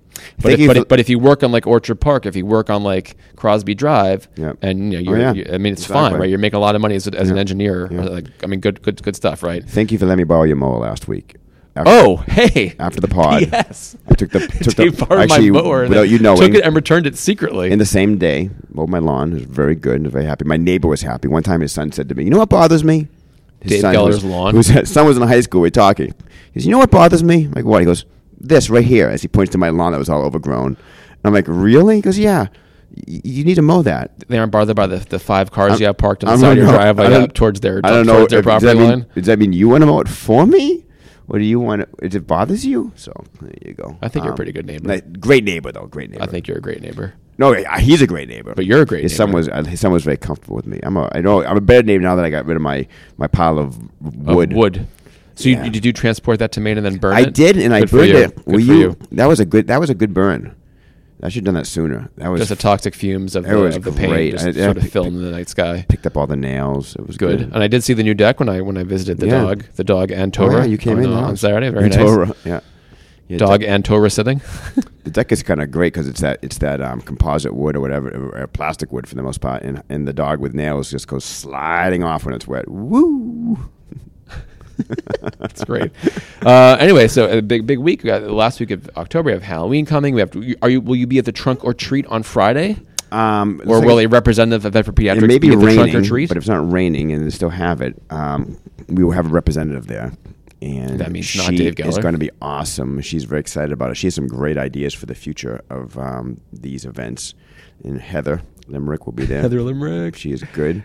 Speaker 1: But
Speaker 2: Thank
Speaker 1: if,
Speaker 2: you
Speaker 1: but,
Speaker 2: for-
Speaker 1: if, but if you work on like Orchard Park, if you work on like Crosby Drive,
Speaker 2: Yep.
Speaker 1: and you know,
Speaker 2: Oh,
Speaker 1: you're,
Speaker 2: yeah.
Speaker 1: you- I mean, it's fine,
Speaker 2: Exactly.
Speaker 1: right? You're making a lot of money as, a- as an engineer. uh,
Speaker 2: Yeah.
Speaker 1: Like, I mean, good, good, good stuff, right?
Speaker 2: Thank you for letting me borrow your mower last week. After-
Speaker 1: Oh, hey!
Speaker 2: After the pod.
Speaker 1: yes,
Speaker 2: I took the- took
Speaker 1: They
Speaker 2: the-
Speaker 1: borrowed
Speaker 2: actually,
Speaker 1: my mower and
Speaker 2: without
Speaker 1: then
Speaker 2: you knowing.
Speaker 1: took it and returned it secretly.
Speaker 2: in the same day, mowed my lawn. It was very good and very happy. My neighbor was happy. One time, his son said to me, "You know what bothers me?" His
Speaker 1: Dave
Speaker 2: son
Speaker 1: Geller's
Speaker 2: was,
Speaker 1: lawn.
Speaker 2: who was- His son was in high school. We We're talking. He says, "You know what bothers me?" I'm like what? He goes, "This right here." As he points to my lawn that was all overgrown. And I'm like, "Really?" He goes, "Yeah." "Y- You need to mow that.
Speaker 1: they aren't bothered by the, the five cars you have parked on
Speaker 2: I
Speaker 1: the
Speaker 2: don't
Speaker 1: side of your
Speaker 2: know.
Speaker 1: driveway
Speaker 2: I don't-
Speaker 1: up towards their,
Speaker 2: I don't
Speaker 1: towards
Speaker 2: know.
Speaker 1: their
Speaker 2: if- does,
Speaker 1: property
Speaker 2: that mean,
Speaker 1: line.
Speaker 2: does that mean you want to mow it for me, or do you want to? It bothers you, so there you go.
Speaker 1: I think you're a pretty good neighbor.
Speaker 2: like, great neighbor, though. Great neighbor.
Speaker 1: I think you're a great neighbor.
Speaker 2: No, I- he's a great neighbor.
Speaker 1: But you're a great
Speaker 2: his Son
Speaker 1: neighbor.
Speaker 2: was, uh, his son was very comfortable with me. I'm a, I know I'm a better neighbor now that I got rid of my, my pile of
Speaker 1: Of
Speaker 2: wood.
Speaker 1: wood. So
Speaker 2: Yeah.
Speaker 1: you, did you transport that to Maine and then burn
Speaker 2: I
Speaker 1: it?
Speaker 2: did, and I
Speaker 1: Good for
Speaker 2: burned
Speaker 1: you.
Speaker 2: it.
Speaker 1: Good
Speaker 2: Were
Speaker 1: for
Speaker 2: you,
Speaker 1: you.
Speaker 2: That was a good. That was a good burn. I should have done that sooner. That was
Speaker 1: Just the toxic fumes of
Speaker 2: It
Speaker 1: the,
Speaker 2: was
Speaker 1: of the paint
Speaker 2: great.
Speaker 1: just
Speaker 2: I- I
Speaker 1: sort of
Speaker 2: picked-
Speaker 1: filling the night sky.
Speaker 2: picked up all the nails. It was
Speaker 1: Good.
Speaker 2: good.
Speaker 1: And I did see the new deck when I when I visited the
Speaker 2: Yeah.
Speaker 1: dog, the dog and
Speaker 2: Oh,
Speaker 1: Torah.
Speaker 2: yeah, you came
Speaker 1: on,
Speaker 2: in
Speaker 1: uh,
Speaker 2: the
Speaker 1: on
Speaker 2: house.
Speaker 1: Saturday. Very
Speaker 2: In
Speaker 1: nice.
Speaker 2: Torah, Yeah. Yeah,
Speaker 1: Dog
Speaker 2: the-
Speaker 1: and Torah sitting.
Speaker 2: The deck is kind of great because it's that it's that um, composite wood or whatever, or or plastic wood for the most part, and and the dog with nails just goes sliding off when it's wet. Woo!
Speaker 1: That's great. Uh, anyway, so a big big week. We got the last week of October. We have Halloween coming. We have. To, are you? Will you be at the trunk or treat on Friday?
Speaker 2: Um,
Speaker 1: Or
Speaker 2: looks like
Speaker 1: will a representative of Vet for Pediatrics
Speaker 2: it may be
Speaker 1: be at the
Speaker 2: raining,
Speaker 1: trunk or treat?
Speaker 2: but if it's not raining and they still have it, um, we will have a representative there. And
Speaker 1: That means
Speaker 2: she
Speaker 1: not Dave
Speaker 2: is
Speaker 1: Geller.
Speaker 2: going to be awesome. She's very excited about it. She has some great ideas for the future of um, these events. And Heather Limerick will be there.
Speaker 1: Heather Limerick.
Speaker 2: She is good.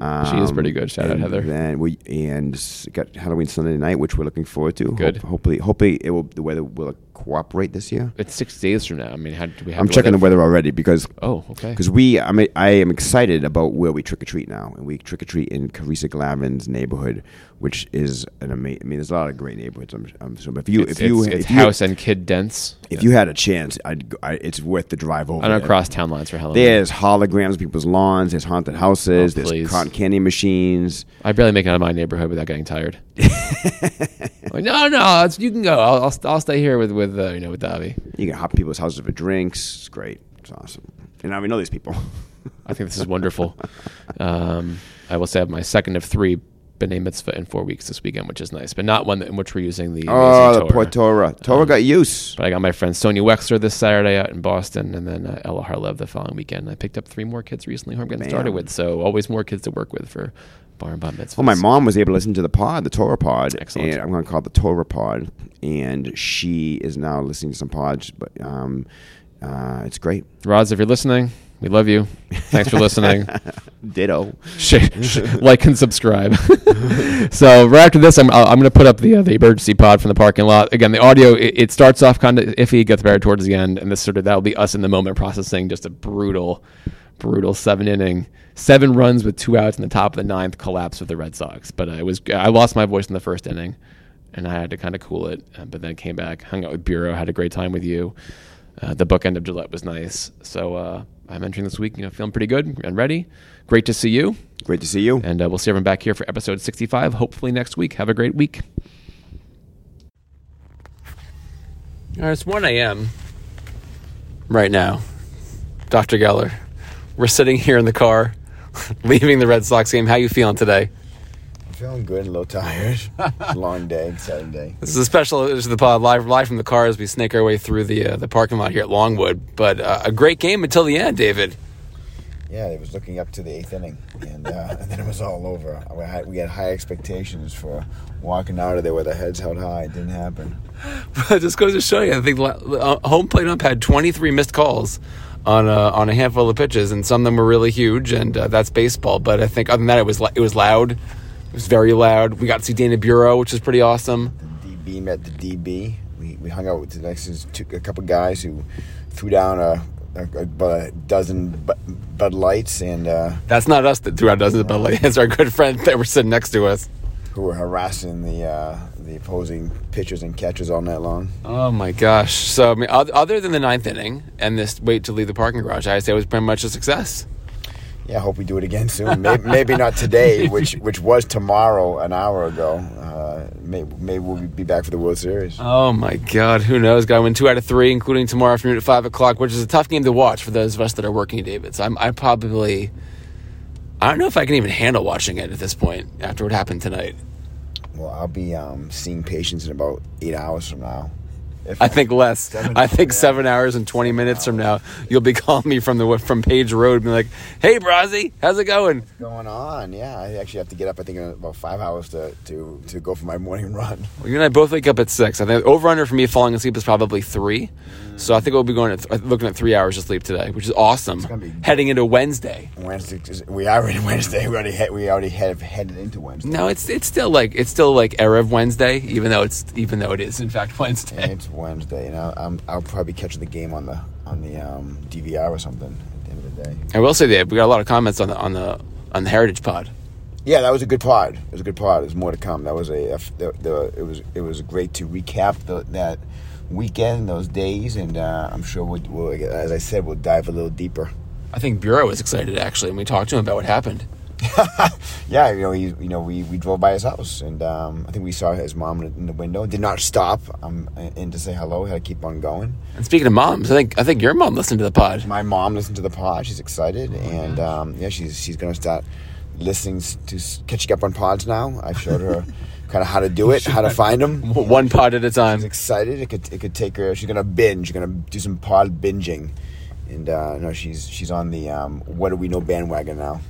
Speaker 2: Um,
Speaker 1: pretty good. Shout out,
Speaker 2: and
Speaker 1: Heather.
Speaker 2: Then we and s- got Halloween Sunday night, which we're looking forward to.
Speaker 1: Good.
Speaker 2: Hope- hopefully, hopefully it will. The weather will cooperate this year.
Speaker 1: It's six days from now. I mean, how do we have?
Speaker 2: I'm checking the weather already because
Speaker 1: Oh, okay.
Speaker 2: because we, I mean, I am excited about where we trick or treat now, and we trick or treat in Carissa Glavin's neighborhood, which is an amazing. I mean, there's a lot of great neighborhoods. I'm, I'm so. If you,
Speaker 1: It's,
Speaker 2: if you,
Speaker 1: it's, it's
Speaker 2: if you,
Speaker 1: house and kid dense.
Speaker 2: if you had a chance, I'd, go- I, it's worth the drive over.
Speaker 1: I don't
Speaker 2: there.
Speaker 1: cross town lines for Halloween.
Speaker 2: There's holograms, of people's lawns. There's haunted houses.
Speaker 1: Oh, please.
Speaker 2: there's cotton candy machines.
Speaker 1: I barely make it out of my neighborhood without getting tired. Like, no, no, it's, you can go. I'll, I'll, I'll stay here with with uh, you know with Davi.
Speaker 2: You can hop people's houses for drinks. It's great. It's awesome. And now we know these people.
Speaker 1: I think this is wonderful. um, I will say I have my second of three B'nai Mitzvah in four weeks this weekend, which is nice, but not one that, in which we're using the.
Speaker 2: Oh,
Speaker 1: amazing Um,
Speaker 2: the poor Torah. Torah got use.
Speaker 1: But I got my friend Sonia Wexler this Saturday out in Boston, and then uh, Ella Harlev the following weekend. I picked up three more kids recently who I'm getting
Speaker 2: Man.
Speaker 1: started with, so always more kids to work with for
Speaker 3: bar and bat mitzvahs.
Speaker 4: Well, my mom was able to listen to the pod, the Torah pod.
Speaker 3: Excellent.
Speaker 4: And I'm going to call it the Torah pod. And she is now listening to some pods, but um, uh, it's great.
Speaker 3: Roz, if you're listening, we love you. Thanks for listening.
Speaker 4: Ditto.
Speaker 3: Share, sh- like and subscribe. so right after this, I'm I'll- I'm going to put up the uh, the emergency pod from the parking lot. Again, the audio it, it starts off kind of iffy, gets better towards the end, and this sort of that'll be us in the moment processing just a brutal, brutal seven inning, seven runs with two outs in the top of the ninth collapse of the Red Sox. But uh, it was I lost my voice in the first inning, and I had to kind of cool it. uh, But then came back, hung out with Bureau, had a great time with you. Uh, the bookend of Gillette was nice. So uh, I'm entering this week, you know, feeling pretty good and ready. Great to see you.
Speaker 4: Great to see you.
Speaker 3: And uh, we'll see everyone back here for episode 65, hopefully next week. Have a great week. All right, it's 1 a.m. right now. Dr. Geller, we're sitting here in the car, leaving the Red Sox game. How you feeling today?
Speaker 4: Feeling good, a little tired. Long day, Saturday.
Speaker 3: This is a special edition of the pod, live, live from the car as we snake our way through the uh, the parking lot here at Longwood. But uh, a great game until the end, David.
Speaker 2: Yeah, it was looking up to the eighth inning, and, uh, and then it was all over. We had, we had high expectations for walking out of there with our heads held high. It didn't happen.
Speaker 3: It just goes to show you. I think uh, home plate ump had 23 missed calls on a, on a handful of pitches, and some of them were really huge. And uh, that's baseball. But I think other than that, it was lo- it was loud. It was very loud. We got to see Dana Bureau, which is pretty awesome.
Speaker 2: The DB met the DB. We, we hung out with the next is two, a couple guys who threw down a, a, a dozen Bu- Bud Lights and uh,
Speaker 3: That's not us that threw out dozens of Bud Light. That's our good friend that were sitting next to us.
Speaker 2: who were harassing the uh, the opposing pitchers and catchers all night long.
Speaker 3: Oh my gosh! So I mean, oth- other than the ninth inning and this wait to leave the parking garage, I say it was pretty much a success.
Speaker 2: Yeah, I hope we do it again soon. Maybe, maybe not today, which which was tomorrow, an hour ago. Uh, may, maybe we'll be back for the World Series.
Speaker 3: Oh my God! Who knows? Got to win two out of three, including tomorrow afternoon at five o'clock, which is a tough game to watch for those of us that are working, David. So I'm, I probably, I don't know if I can even handle watching it at this point after what happened tonight.
Speaker 2: Well, I'll be um, seeing patients in about eight hours from now. If
Speaker 3: I think less.
Speaker 2: Seven-
Speaker 3: I think
Speaker 2: yeah.
Speaker 3: seven hours and twenty minutes from now, you'll be calling me from the from Page Road, and be like, "Hey, Brazzy, how's it going?"
Speaker 2: going on. Yeah, I actually have to get up. I think in about five hours to to, to go for my morning run.
Speaker 3: Well, you and I both wake up at six. I think over under for me falling asleep is probably three. So I think we'll be going at th- looking at three hours of sleep today, which is awesome.
Speaker 2: gonna be-
Speaker 3: Heading into Wednesday.
Speaker 2: Wednesday, is- we are in Wednesday. We already had, we already have headed into Wednesday.
Speaker 3: No, it's it's still like it's still like erev Wednesday, even though it's even though it is in fact Wednesday.
Speaker 2: It's Wednesday, and I'll, I'm, I'll probably catch the game on the on the um, DVR or something at the end of the day.
Speaker 3: I will say that we got a lot of comments on the on the on the Heritage Pod.
Speaker 2: Yeah, that was a good pod. It was a good pod. There's more to come. That was a, a the, the, it was it was great to recap the, that weekend, those days, and uh, I'm sure we'll, we'll as I said we'll dive a little deeper.
Speaker 3: I think Bureau was excited actually, and we talked to him about what happened.
Speaker 2: Yeah, you know, he, you know, we, we drove by his house, and um, I think we saw his mom in the, in the window. Did not stop um, in to say hello. Had to keep on going.
Speaker 3: And speaking of moms, I think I think your mom listened to the pod.
Speaker 2: My mom listened to the pod. She's excited, and um, yeah, she's she's gonna start listening s- to s- catching up on pods now. I showed her kind of how to do it, how to find them.
Speaker 3: W- One pod at a
Speaker 2: She's
Speaker 3: time.
Speaker 2: excited. It could it could take her. She's gonna binge. She's gonna do some pod binging, and uh, no, she's she's on the um, what do we know bandwagon now.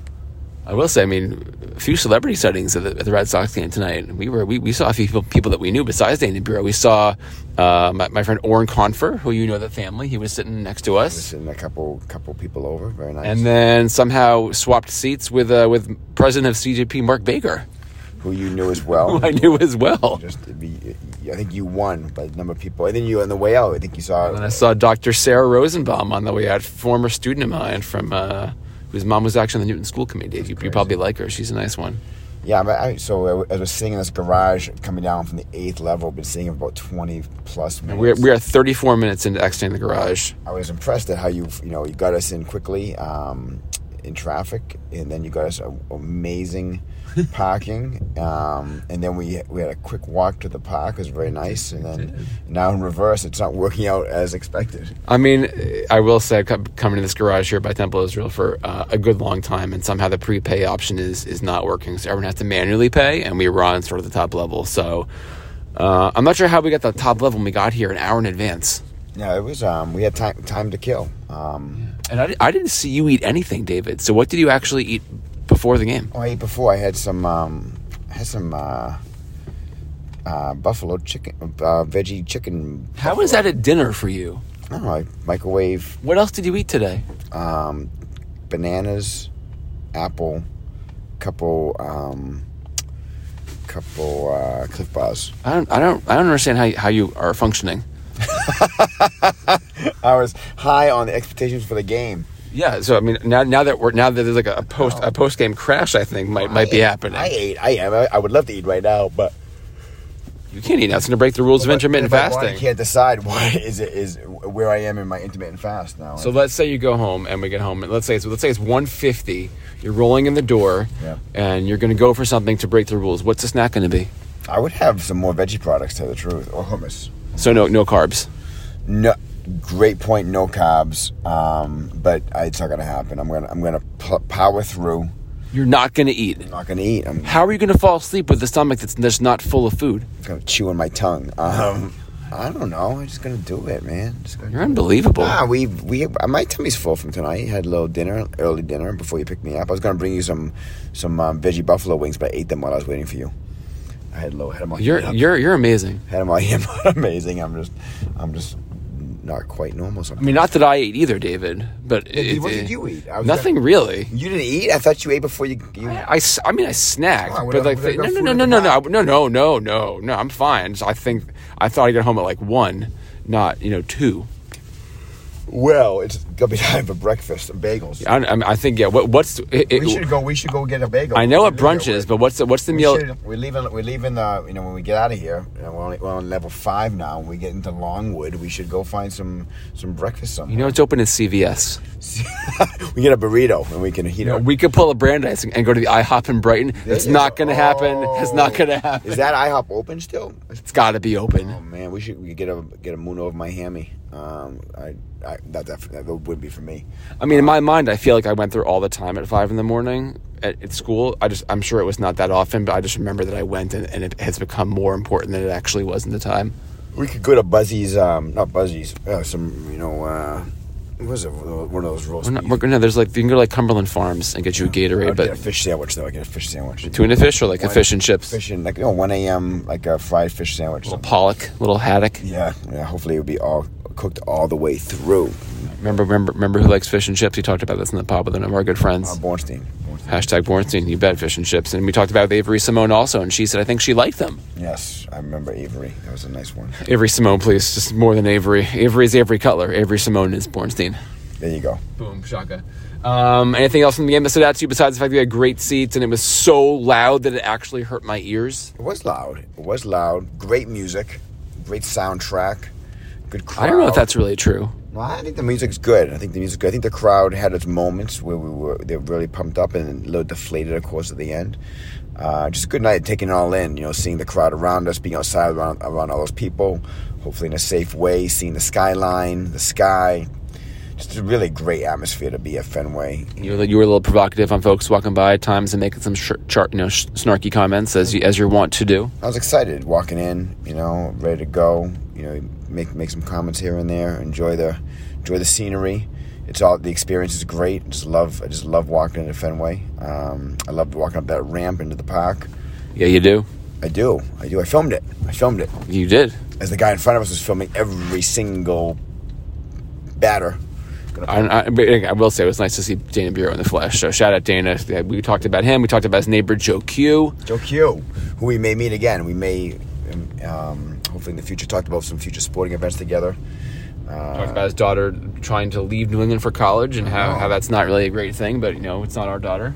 Speaker 3: I will say, I mean, a few celebrity sightings at the, at the Red Sox game tonight. We were we, we saw a few people, people that we knew besides Danny Bureau. We saw uh, my, my friend Orrin Confer, who you know the family. He was sitting next to us.
Speaker 2: Just sending a couple couple people over. Very nice.
Speaker 3: and then somehow swapped seats with uh, with president of CJP Mark Baker,
Speaker 2: who you knew as well.
Speaker 3: who I knew as well.
Speaker 2: Just it'd be, I think you won by the number of people, and then you on the way out. I think you saw.
Speaker 3: And I saw Dr. Sarah Rosenbaum on the way out, former student of mine from uh, whose mom was actually on the Newton School Committee. You, you probably like her; she's a nice one.
Speaker 2: Yeah, but I, so I, I was sitting in this garage coming down from the eighth level. Been sitting about twenty plus minutes.
Speaker 3: And we're, we are 34 minutes into exiting the garage.
Speaker 2: I was impressed at how you you know you got us in quickly um, in traffic, and then you got us a, amazing parking, um, and then we we had a quick walk to the park. It was very nice, and then now in reverse, it's not working out as expected.
Speaker 3: I mean, eh, I will say, I kept coming to this garage here by Temple Israel for uh, a good long time, and somehow the prepay option is is not working. So everyone has to manually pay, and we were on sort of the top level. So uh, I'm not sure how we got the top level when we got here an hour in advance.
Speaker 2: Yeah, it was. Um, we had time time to kill. Um,
Speaker 3: And I, di- I didn't see you eat anything, David. So what did you actually eat bef- before the game.
Speaker 2: Oh, I ate before. I had some, um, I had some uh, uh, buffalo chicken, uh, veggie chicken.
Speaker 3: How was that at dinner for you?
Speaker 2: I don't know. I microwave
Speaker 3: What else did you eat today?
Speaker 2: um, bananas, apple, couple, um, couple uh, Cliff Bars.
Speaker 3: I don't, I don't, I don't understand how you, how you are functioning.
Speaker 2: I was high on the expectations for the game.
Speaker 3: Yeah, so I mean, now now that we're now that there's like a post
Speaker 2: Oh.
Speaker 3: a post game crash, I think might might be
Speaker 2: I ate-
Speaker 3: happening.
Speaker 2: I ate. I am. I I would love to eat right now, but
Speaker 3: you can't eat. That's going to break the rules of intermittent
Speaker 2: If I want, I
Speaker 3: fasting.
Speaker 2: can't decide what is it is where I am in my intermittent fast now.
Speaker 3: So let's say you go home and we get home, and let's say it's let's say it's 150. You're rolling in the door,
Speaker 2: Yeah.
Speaker 3: and you're going to go for something to break the rules. What's the snack going to be?
Speaker 2: I would have some more veggie products, to tell the truth, or hummus.
Speaker 3: So no no carbs.
Speaker 2: No, great point. No carbs, um, but it's not gonna happen. I'm gonna I'm gonna p- power through.
Speaker 3: You're not going to eat.
Speaker 2: I'm not gonna eat. I'm
Speaker 3: How are you going to fall asleep with a stomach that's just not full of food?
Speaker 2: gonna chew on my tongue. Um, I don't know. I'm just gonna do it, man. Just gonna
Speaker 3: You're unbelievable.
Speaker 2: Ah, we we my tummy's full from tonight. Had a little dinner, early dinner before you picked me up. I was gonna bring you some some um, veggie buffalo wings, but I ate them while I was waiting for you. I had low had them on.
Speaker 3: You're you're you're amazing.
Speaker 2: had them on. I'm not amazing. I'm just I'm just not quite normal.
Speaker 3: I
Speaker 2: Sometimes.
Speaker 3: mean, not that I ate either, David, but it-
Speaker 2: what did
Speaker 3: it-
Speaker 2: you eat? I was
Speaker 3: Nothing
Speaker 2: gonna-
Speaker 3: really.
Speaker 2: you didn't eat. I thought you ate before you. you
Speaker 3: I, s- I mean, I snacked,
Speaker 2: Wow,
Speaker 3: but
Speaker 2: whatever-
Speaker 3: like, the,
Speaker 2: whatever
Speaker 3: no, no,
Speaker 2: food
Speaker 3: no,
Speaker 2: at
Speaker 3: no,
Speaker 2: the
Speaker 3: no,
Speaker 2: back.
Speaker 3: no, no, no, no, no, I'm fine. So I think I thought I'd get home at like one, not you know two.
Speaker 2: well, it's gonna be time for breakfast and bagels.
Speaker 3: I, I, mean, I think yeah. What, what's it,
Speaker 2: we should
Speaker 3: it,
Speaker 2: go. We should go get a bagel.
Speaker 3: I know
Speaker 2: We
Speaker 3: what
Speaker 2: should do
Speaker 3: brunch
Speaker 2: that.
Speaker 3: is, but what's the, what's the
Speaker 2: We
Speaker 3: meal?
Speaker 2: should- we're leaving. We're leaving the. You know, when we get out of here, you know, we're, only, we're on level five now. When we get into Longwood, we should go find some some breakfast.
Speaker 3: You
Speaker 2: Somewhere.
Speaker 3: know, it's open at CVS.
Speaker 2: we get a burrito and we can heat
Speaker 3: You know,
Speaker 2: up.
Speaker 3: we could pull a Brandeis and, and go to the IHOP in Brighton. It's not going to happen. It's not going to happen.
Speaker 2: Oh. Is that IHOP open still?
Speaker 3: It's got to be open.
Speaker 2: Oh man, we should we could get a get a moon over my hammy. Um, I, I not that that would be for me.
Speaker 3: I mean, in my mind, I feel like I went through all the time at five in the morning at, at school. I just, I'm sure it was not that often, but I just remember that I went, and, and it has become more important than it actually was in the time.
Speaker 2: We could go to Buzzy's. Um, not Buzzy's. Uh, some you know. Uh, what was it one of those roast?
Speaker 3: We're not,
Speaker 2: beef-
Speaker 3: we're gonna, there's like you can go to like Cumberland Farms and get you a
Speaker 2: I
Speaker 3: Gatorade,
Speaker 2: would get a
Speaker 3: but
Speaker 2: fish sandwich though. I get a fish sandwich.
Speaker 3: tuna fish or like a
Speaker 2: One-
Speaker 3: fish and chips,
Speaker 2: Fish and like you know, one a.m. like a fried fish sandwich.
Speaker 3: little pollock, little haddock.
Speaker 2: Yeah, yeah. Hopefully, it would be all cooked all the way through.
Speaker 3: Remember, remember, remember who likes fish and chips? He talked about this in the pod with one of our good
Speaker 2: Uh,
Speaker 3: friends.
Speaker 2: Bornstein. Bornstein.
Speaker 3: Hashtag Bornstein, you bet fish and chips. And we talked about it with Avery Simone also, and she said I think she liked them.
Speaker 2: Yes, I remember Avery. That was a nice one.
Speaker 3: Avery Simone, please, just more than Avery. Avery is Avery Cutler. Avery Simone is Bornstein.
Speaker 2: There you go.
Speaker 3: Boom, shaka. Um, anything else in the game that stood out to you besides the fact that we had great seats and it was so loud that it actually hurt my ears?
Speaker 2: It was loud. It was loud. Great music. Great soundtrack. Good crowd.
Speaker 3: I don't know if that's really true.
Speaker 2: Well, I think the music's good. I think the music's good. I think the crowd had its moments where we were they were really pumped up and a little deflated, of course, at the end. Uh, just a good night, taking it all in. You know, seeing the crowd around us, being outside around around all those people, hopefully in a safe way, seeing the skyline, the sky. Just a really great atmosphere to be at Fenway.
Speaker 3: You were, you were a little provocative on folks walking by at times and making some sh- chart, you know, sh- snarky comments as you as you want to do.
Speaker 2: I was excited walking in, you know, ready to go. You know, make make some comments here and there. Enjoy the enjoy the scenery. It's all the experience is great. I just love I just love walking into Fenway. Um, I love walking up that ramp into the park.
Speaker 3: Yeah, you do.
Speaker 2: I do, I do. I filmed it. I filmed it
Speaker 3: You did.
Speaker 2: as the guy in front of us was filming every single batter.
Speaker 3: I, I, but I will say it was nice to see Dana Bureau in the flesh. So shout out Dana. Yeah, We talked about him. We talked about his neighbor Joe Q.
Speaker 2: Joe Q, who we may meet again. We may um, hopefully in the future talk about some future sporting events together.
Speaker 3: Talked about his daughter trying to leave New England for college and how, how that's not really a great thing. But you know, it's not our daughter.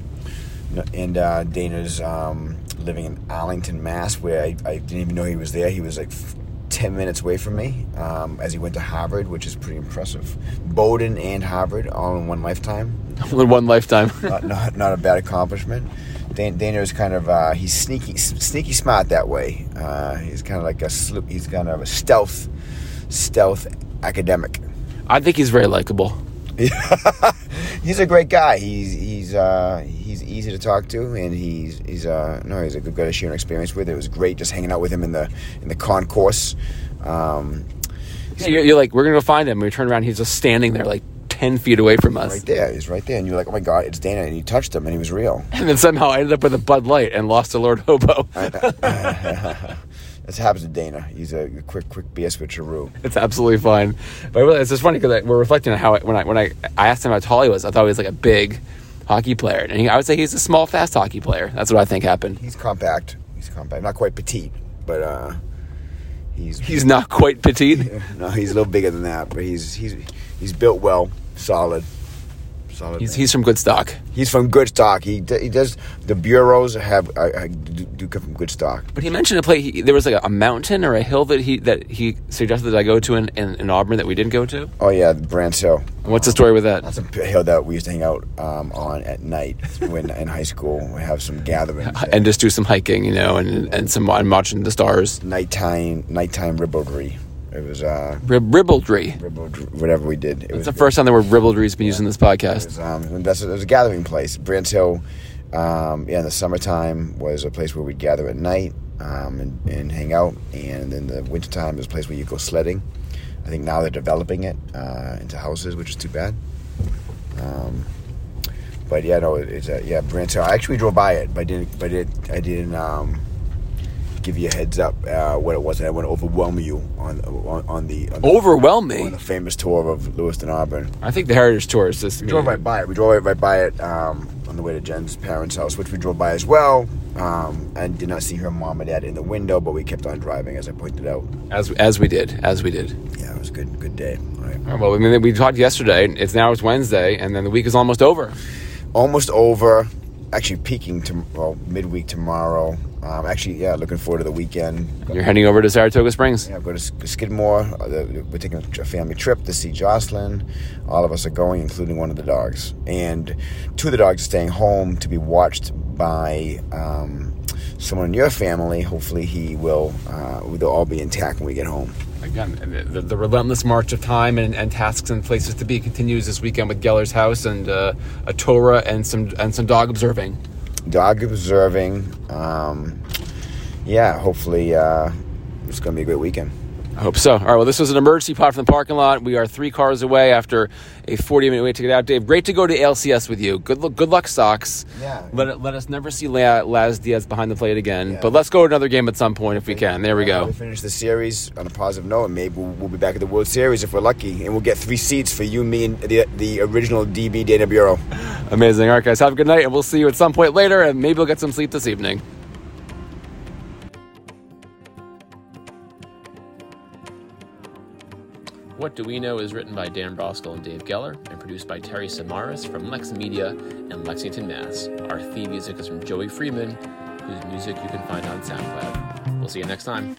Speaker 2: and uh, Dana's um, living in Arlington, Mass, where I, I didn't even know he was there. He was like f- 10 minutes away from me um, as he went to Harvard, which is pretty impressive. Bowdoin and Harvard all in one lifetime.
Speaker 3: One lifetime.
Speaker 2: Not, not, not a bad accomplishment. Dan, Dana is kind of, uh, he's sneaky sneaky smart that way. Uh, he's kind of like a sloop, he's kind of a stealth, stealth academic.
Speaker 3: I think he's very likable.
Speaker 2: he's a great guy. He's he's uh, he's easy to talk to, and he's he's uh, no, he's a good guy to share an experience with. It was great just hanging out with him in the in the concourse. Um,
Speaker 3: Yeah, you're, you're like, we're gonna go find him. We turn around, he's just standing there, like ten feet away from us.
Speaker 2: Right there, he's right there, and you're like, oh my god, it's Dana, and you touched him, and he was real.
Speaker 3: And then somehow I ended up with a Bud Light and lost to Lord Hobo.
Speaker 2: This happens to Dana. He's a quick, quick beer switcheroo.
Speaker 3: It's absolutely fine. But really, it's just funny because we're reflecting on how I, when I when I, I asked him how tall he was, I thought he was like a big hockey player, and he, I would say he's a small, fast hockey player. That's what I think happened.
Speaker 2: He's compact. He's compact. Not quite petite, but uh, he's
Speaker 3: He's not quite petite.
Speaker 2: no, he's a little bigger than that. But he's he's he's built well, solid, solid.
Speaker 3: He's
Speaker 2: man.
Speaker 3: he's from good stock.
Speaker 2: He's from good stock. He d- he does the bureaus have uh, uh, do, do come from good stock.
Speaker 3: But he mentioned a play. He, there was like a, a mountain or a hill that he that he suggested that I go to in, in, in Auburn that we didn't go to.
Speaker 2: Oh yeah, the Brand Hill.
Speaker 3: What's the story with that?
Speaker 2: That's a p- hill that we used to hang out um, on at night when in high school. We have some gatherings. at
Speaker 3: And just do some hiking, you know, and and some and watching the stars.
Speaker 2: nighttime nighttime ribaldry. It was uh
Speaker 3: Rib- ribaldry.
Speaker 2: ribaldry, whatever we did. It was
Speaker 3: It's the first time the word ribaldry has been used in this
Speaker 2: It
Speaker 3: podcast.
Speaker 2: was, um, that's, it was a gathering place. Brands Hill, um, yeah, in the summertime was a place where we'd gather at night um, and, and hang out. And in the wintertime was a place where you go sledding. I think now they're developing it uh, into houses, which is too bad. Um, but yeah, no, it- it's a, yeah, Brands Hill. I actually drove by it, but I didn't. But it, I didn't. Um, Give you a heads up uh, what it was. I want to overwhelm you on on, on the on the,
Speaker 3: Overwhelm
Speaker 2: on
Speaker 3: me.
Speaker 2: the famous tour of Lewiston Auburn.
Speaker 3: I think the Heritage Tour is this.
Speaker 2: We drove right by it. We drove right, right by it um, on the way to Jen's parents' house, which we drove by as well. Um, and did not see her mom and dad in the window, but we kept on driving, as I pointed out.
Speaker 3: as as we did, as we did.
Speaker 2: Yeah, it was a good, good day. All right.
Speaker 3: All right, well, I mean, we talked yesterday. and It's now it's Wednesday, and then the week is almost over.
Speaker 2: Almost over. Actually, peaking tomorrow, well, midweek tomorrow. Um, actually, yeah, looking forward to the weekend.
Speaker 3: You're heading over to Saratoga Springs.
Speaker 2: Yeah, go to Sk- Skidmore. Uh, the- We're taking a family trip to see Jocelyn. All of us are going, including one of the dogs. And two of the dogs are staying home to be watched by um, someone in your family. Hopefully, he will. Uh, they'll all be intact when we get home.
Speaker 3: Again, the, the relentless march of time and, and tasks and places to be continues this weekend with Geller's house and uh, a Torah and some and some dog observing.
Speaker 2: Dog observing. Um, yeah, hopefully, uh, it's going to be a great weekend.
Speaker 3: I hope so. All right. Well, this was an emergency pod from the parking lot. We are three cars away after a 40 minute wait to get out. Dave, great to go to ALCS with you. Good luck. Good luck, Sox.
Speaker 2: Yeah.
Speaker 3: Let it- let us never see La- Laz Diaz behind the plate again.
Speaker 2: Yeah.
Speaker 3: But let's go to another game at some point if we can. There we
Speaker 2: Uh,
Speaker 3: go.
Speaker 2: We finish the series on a positive note, and maybe we'll, we'll be back at the World Series if we're lucky, and we'll get three seats for you, me, and the, the original DB Data Bureau.
Speaker 3: Amazing. All right, guys, have a good night, and we'll see you at some point later, and maybe we'll get some sleep this evening. What Do We Know is written by Dan Broskell and Dave Geller and produced by Terry Samaras from Lex Media and Lexington, Mass. Our theme music is from Joey Freeman, whose music you can find on SoundCloud. We'll see you next time.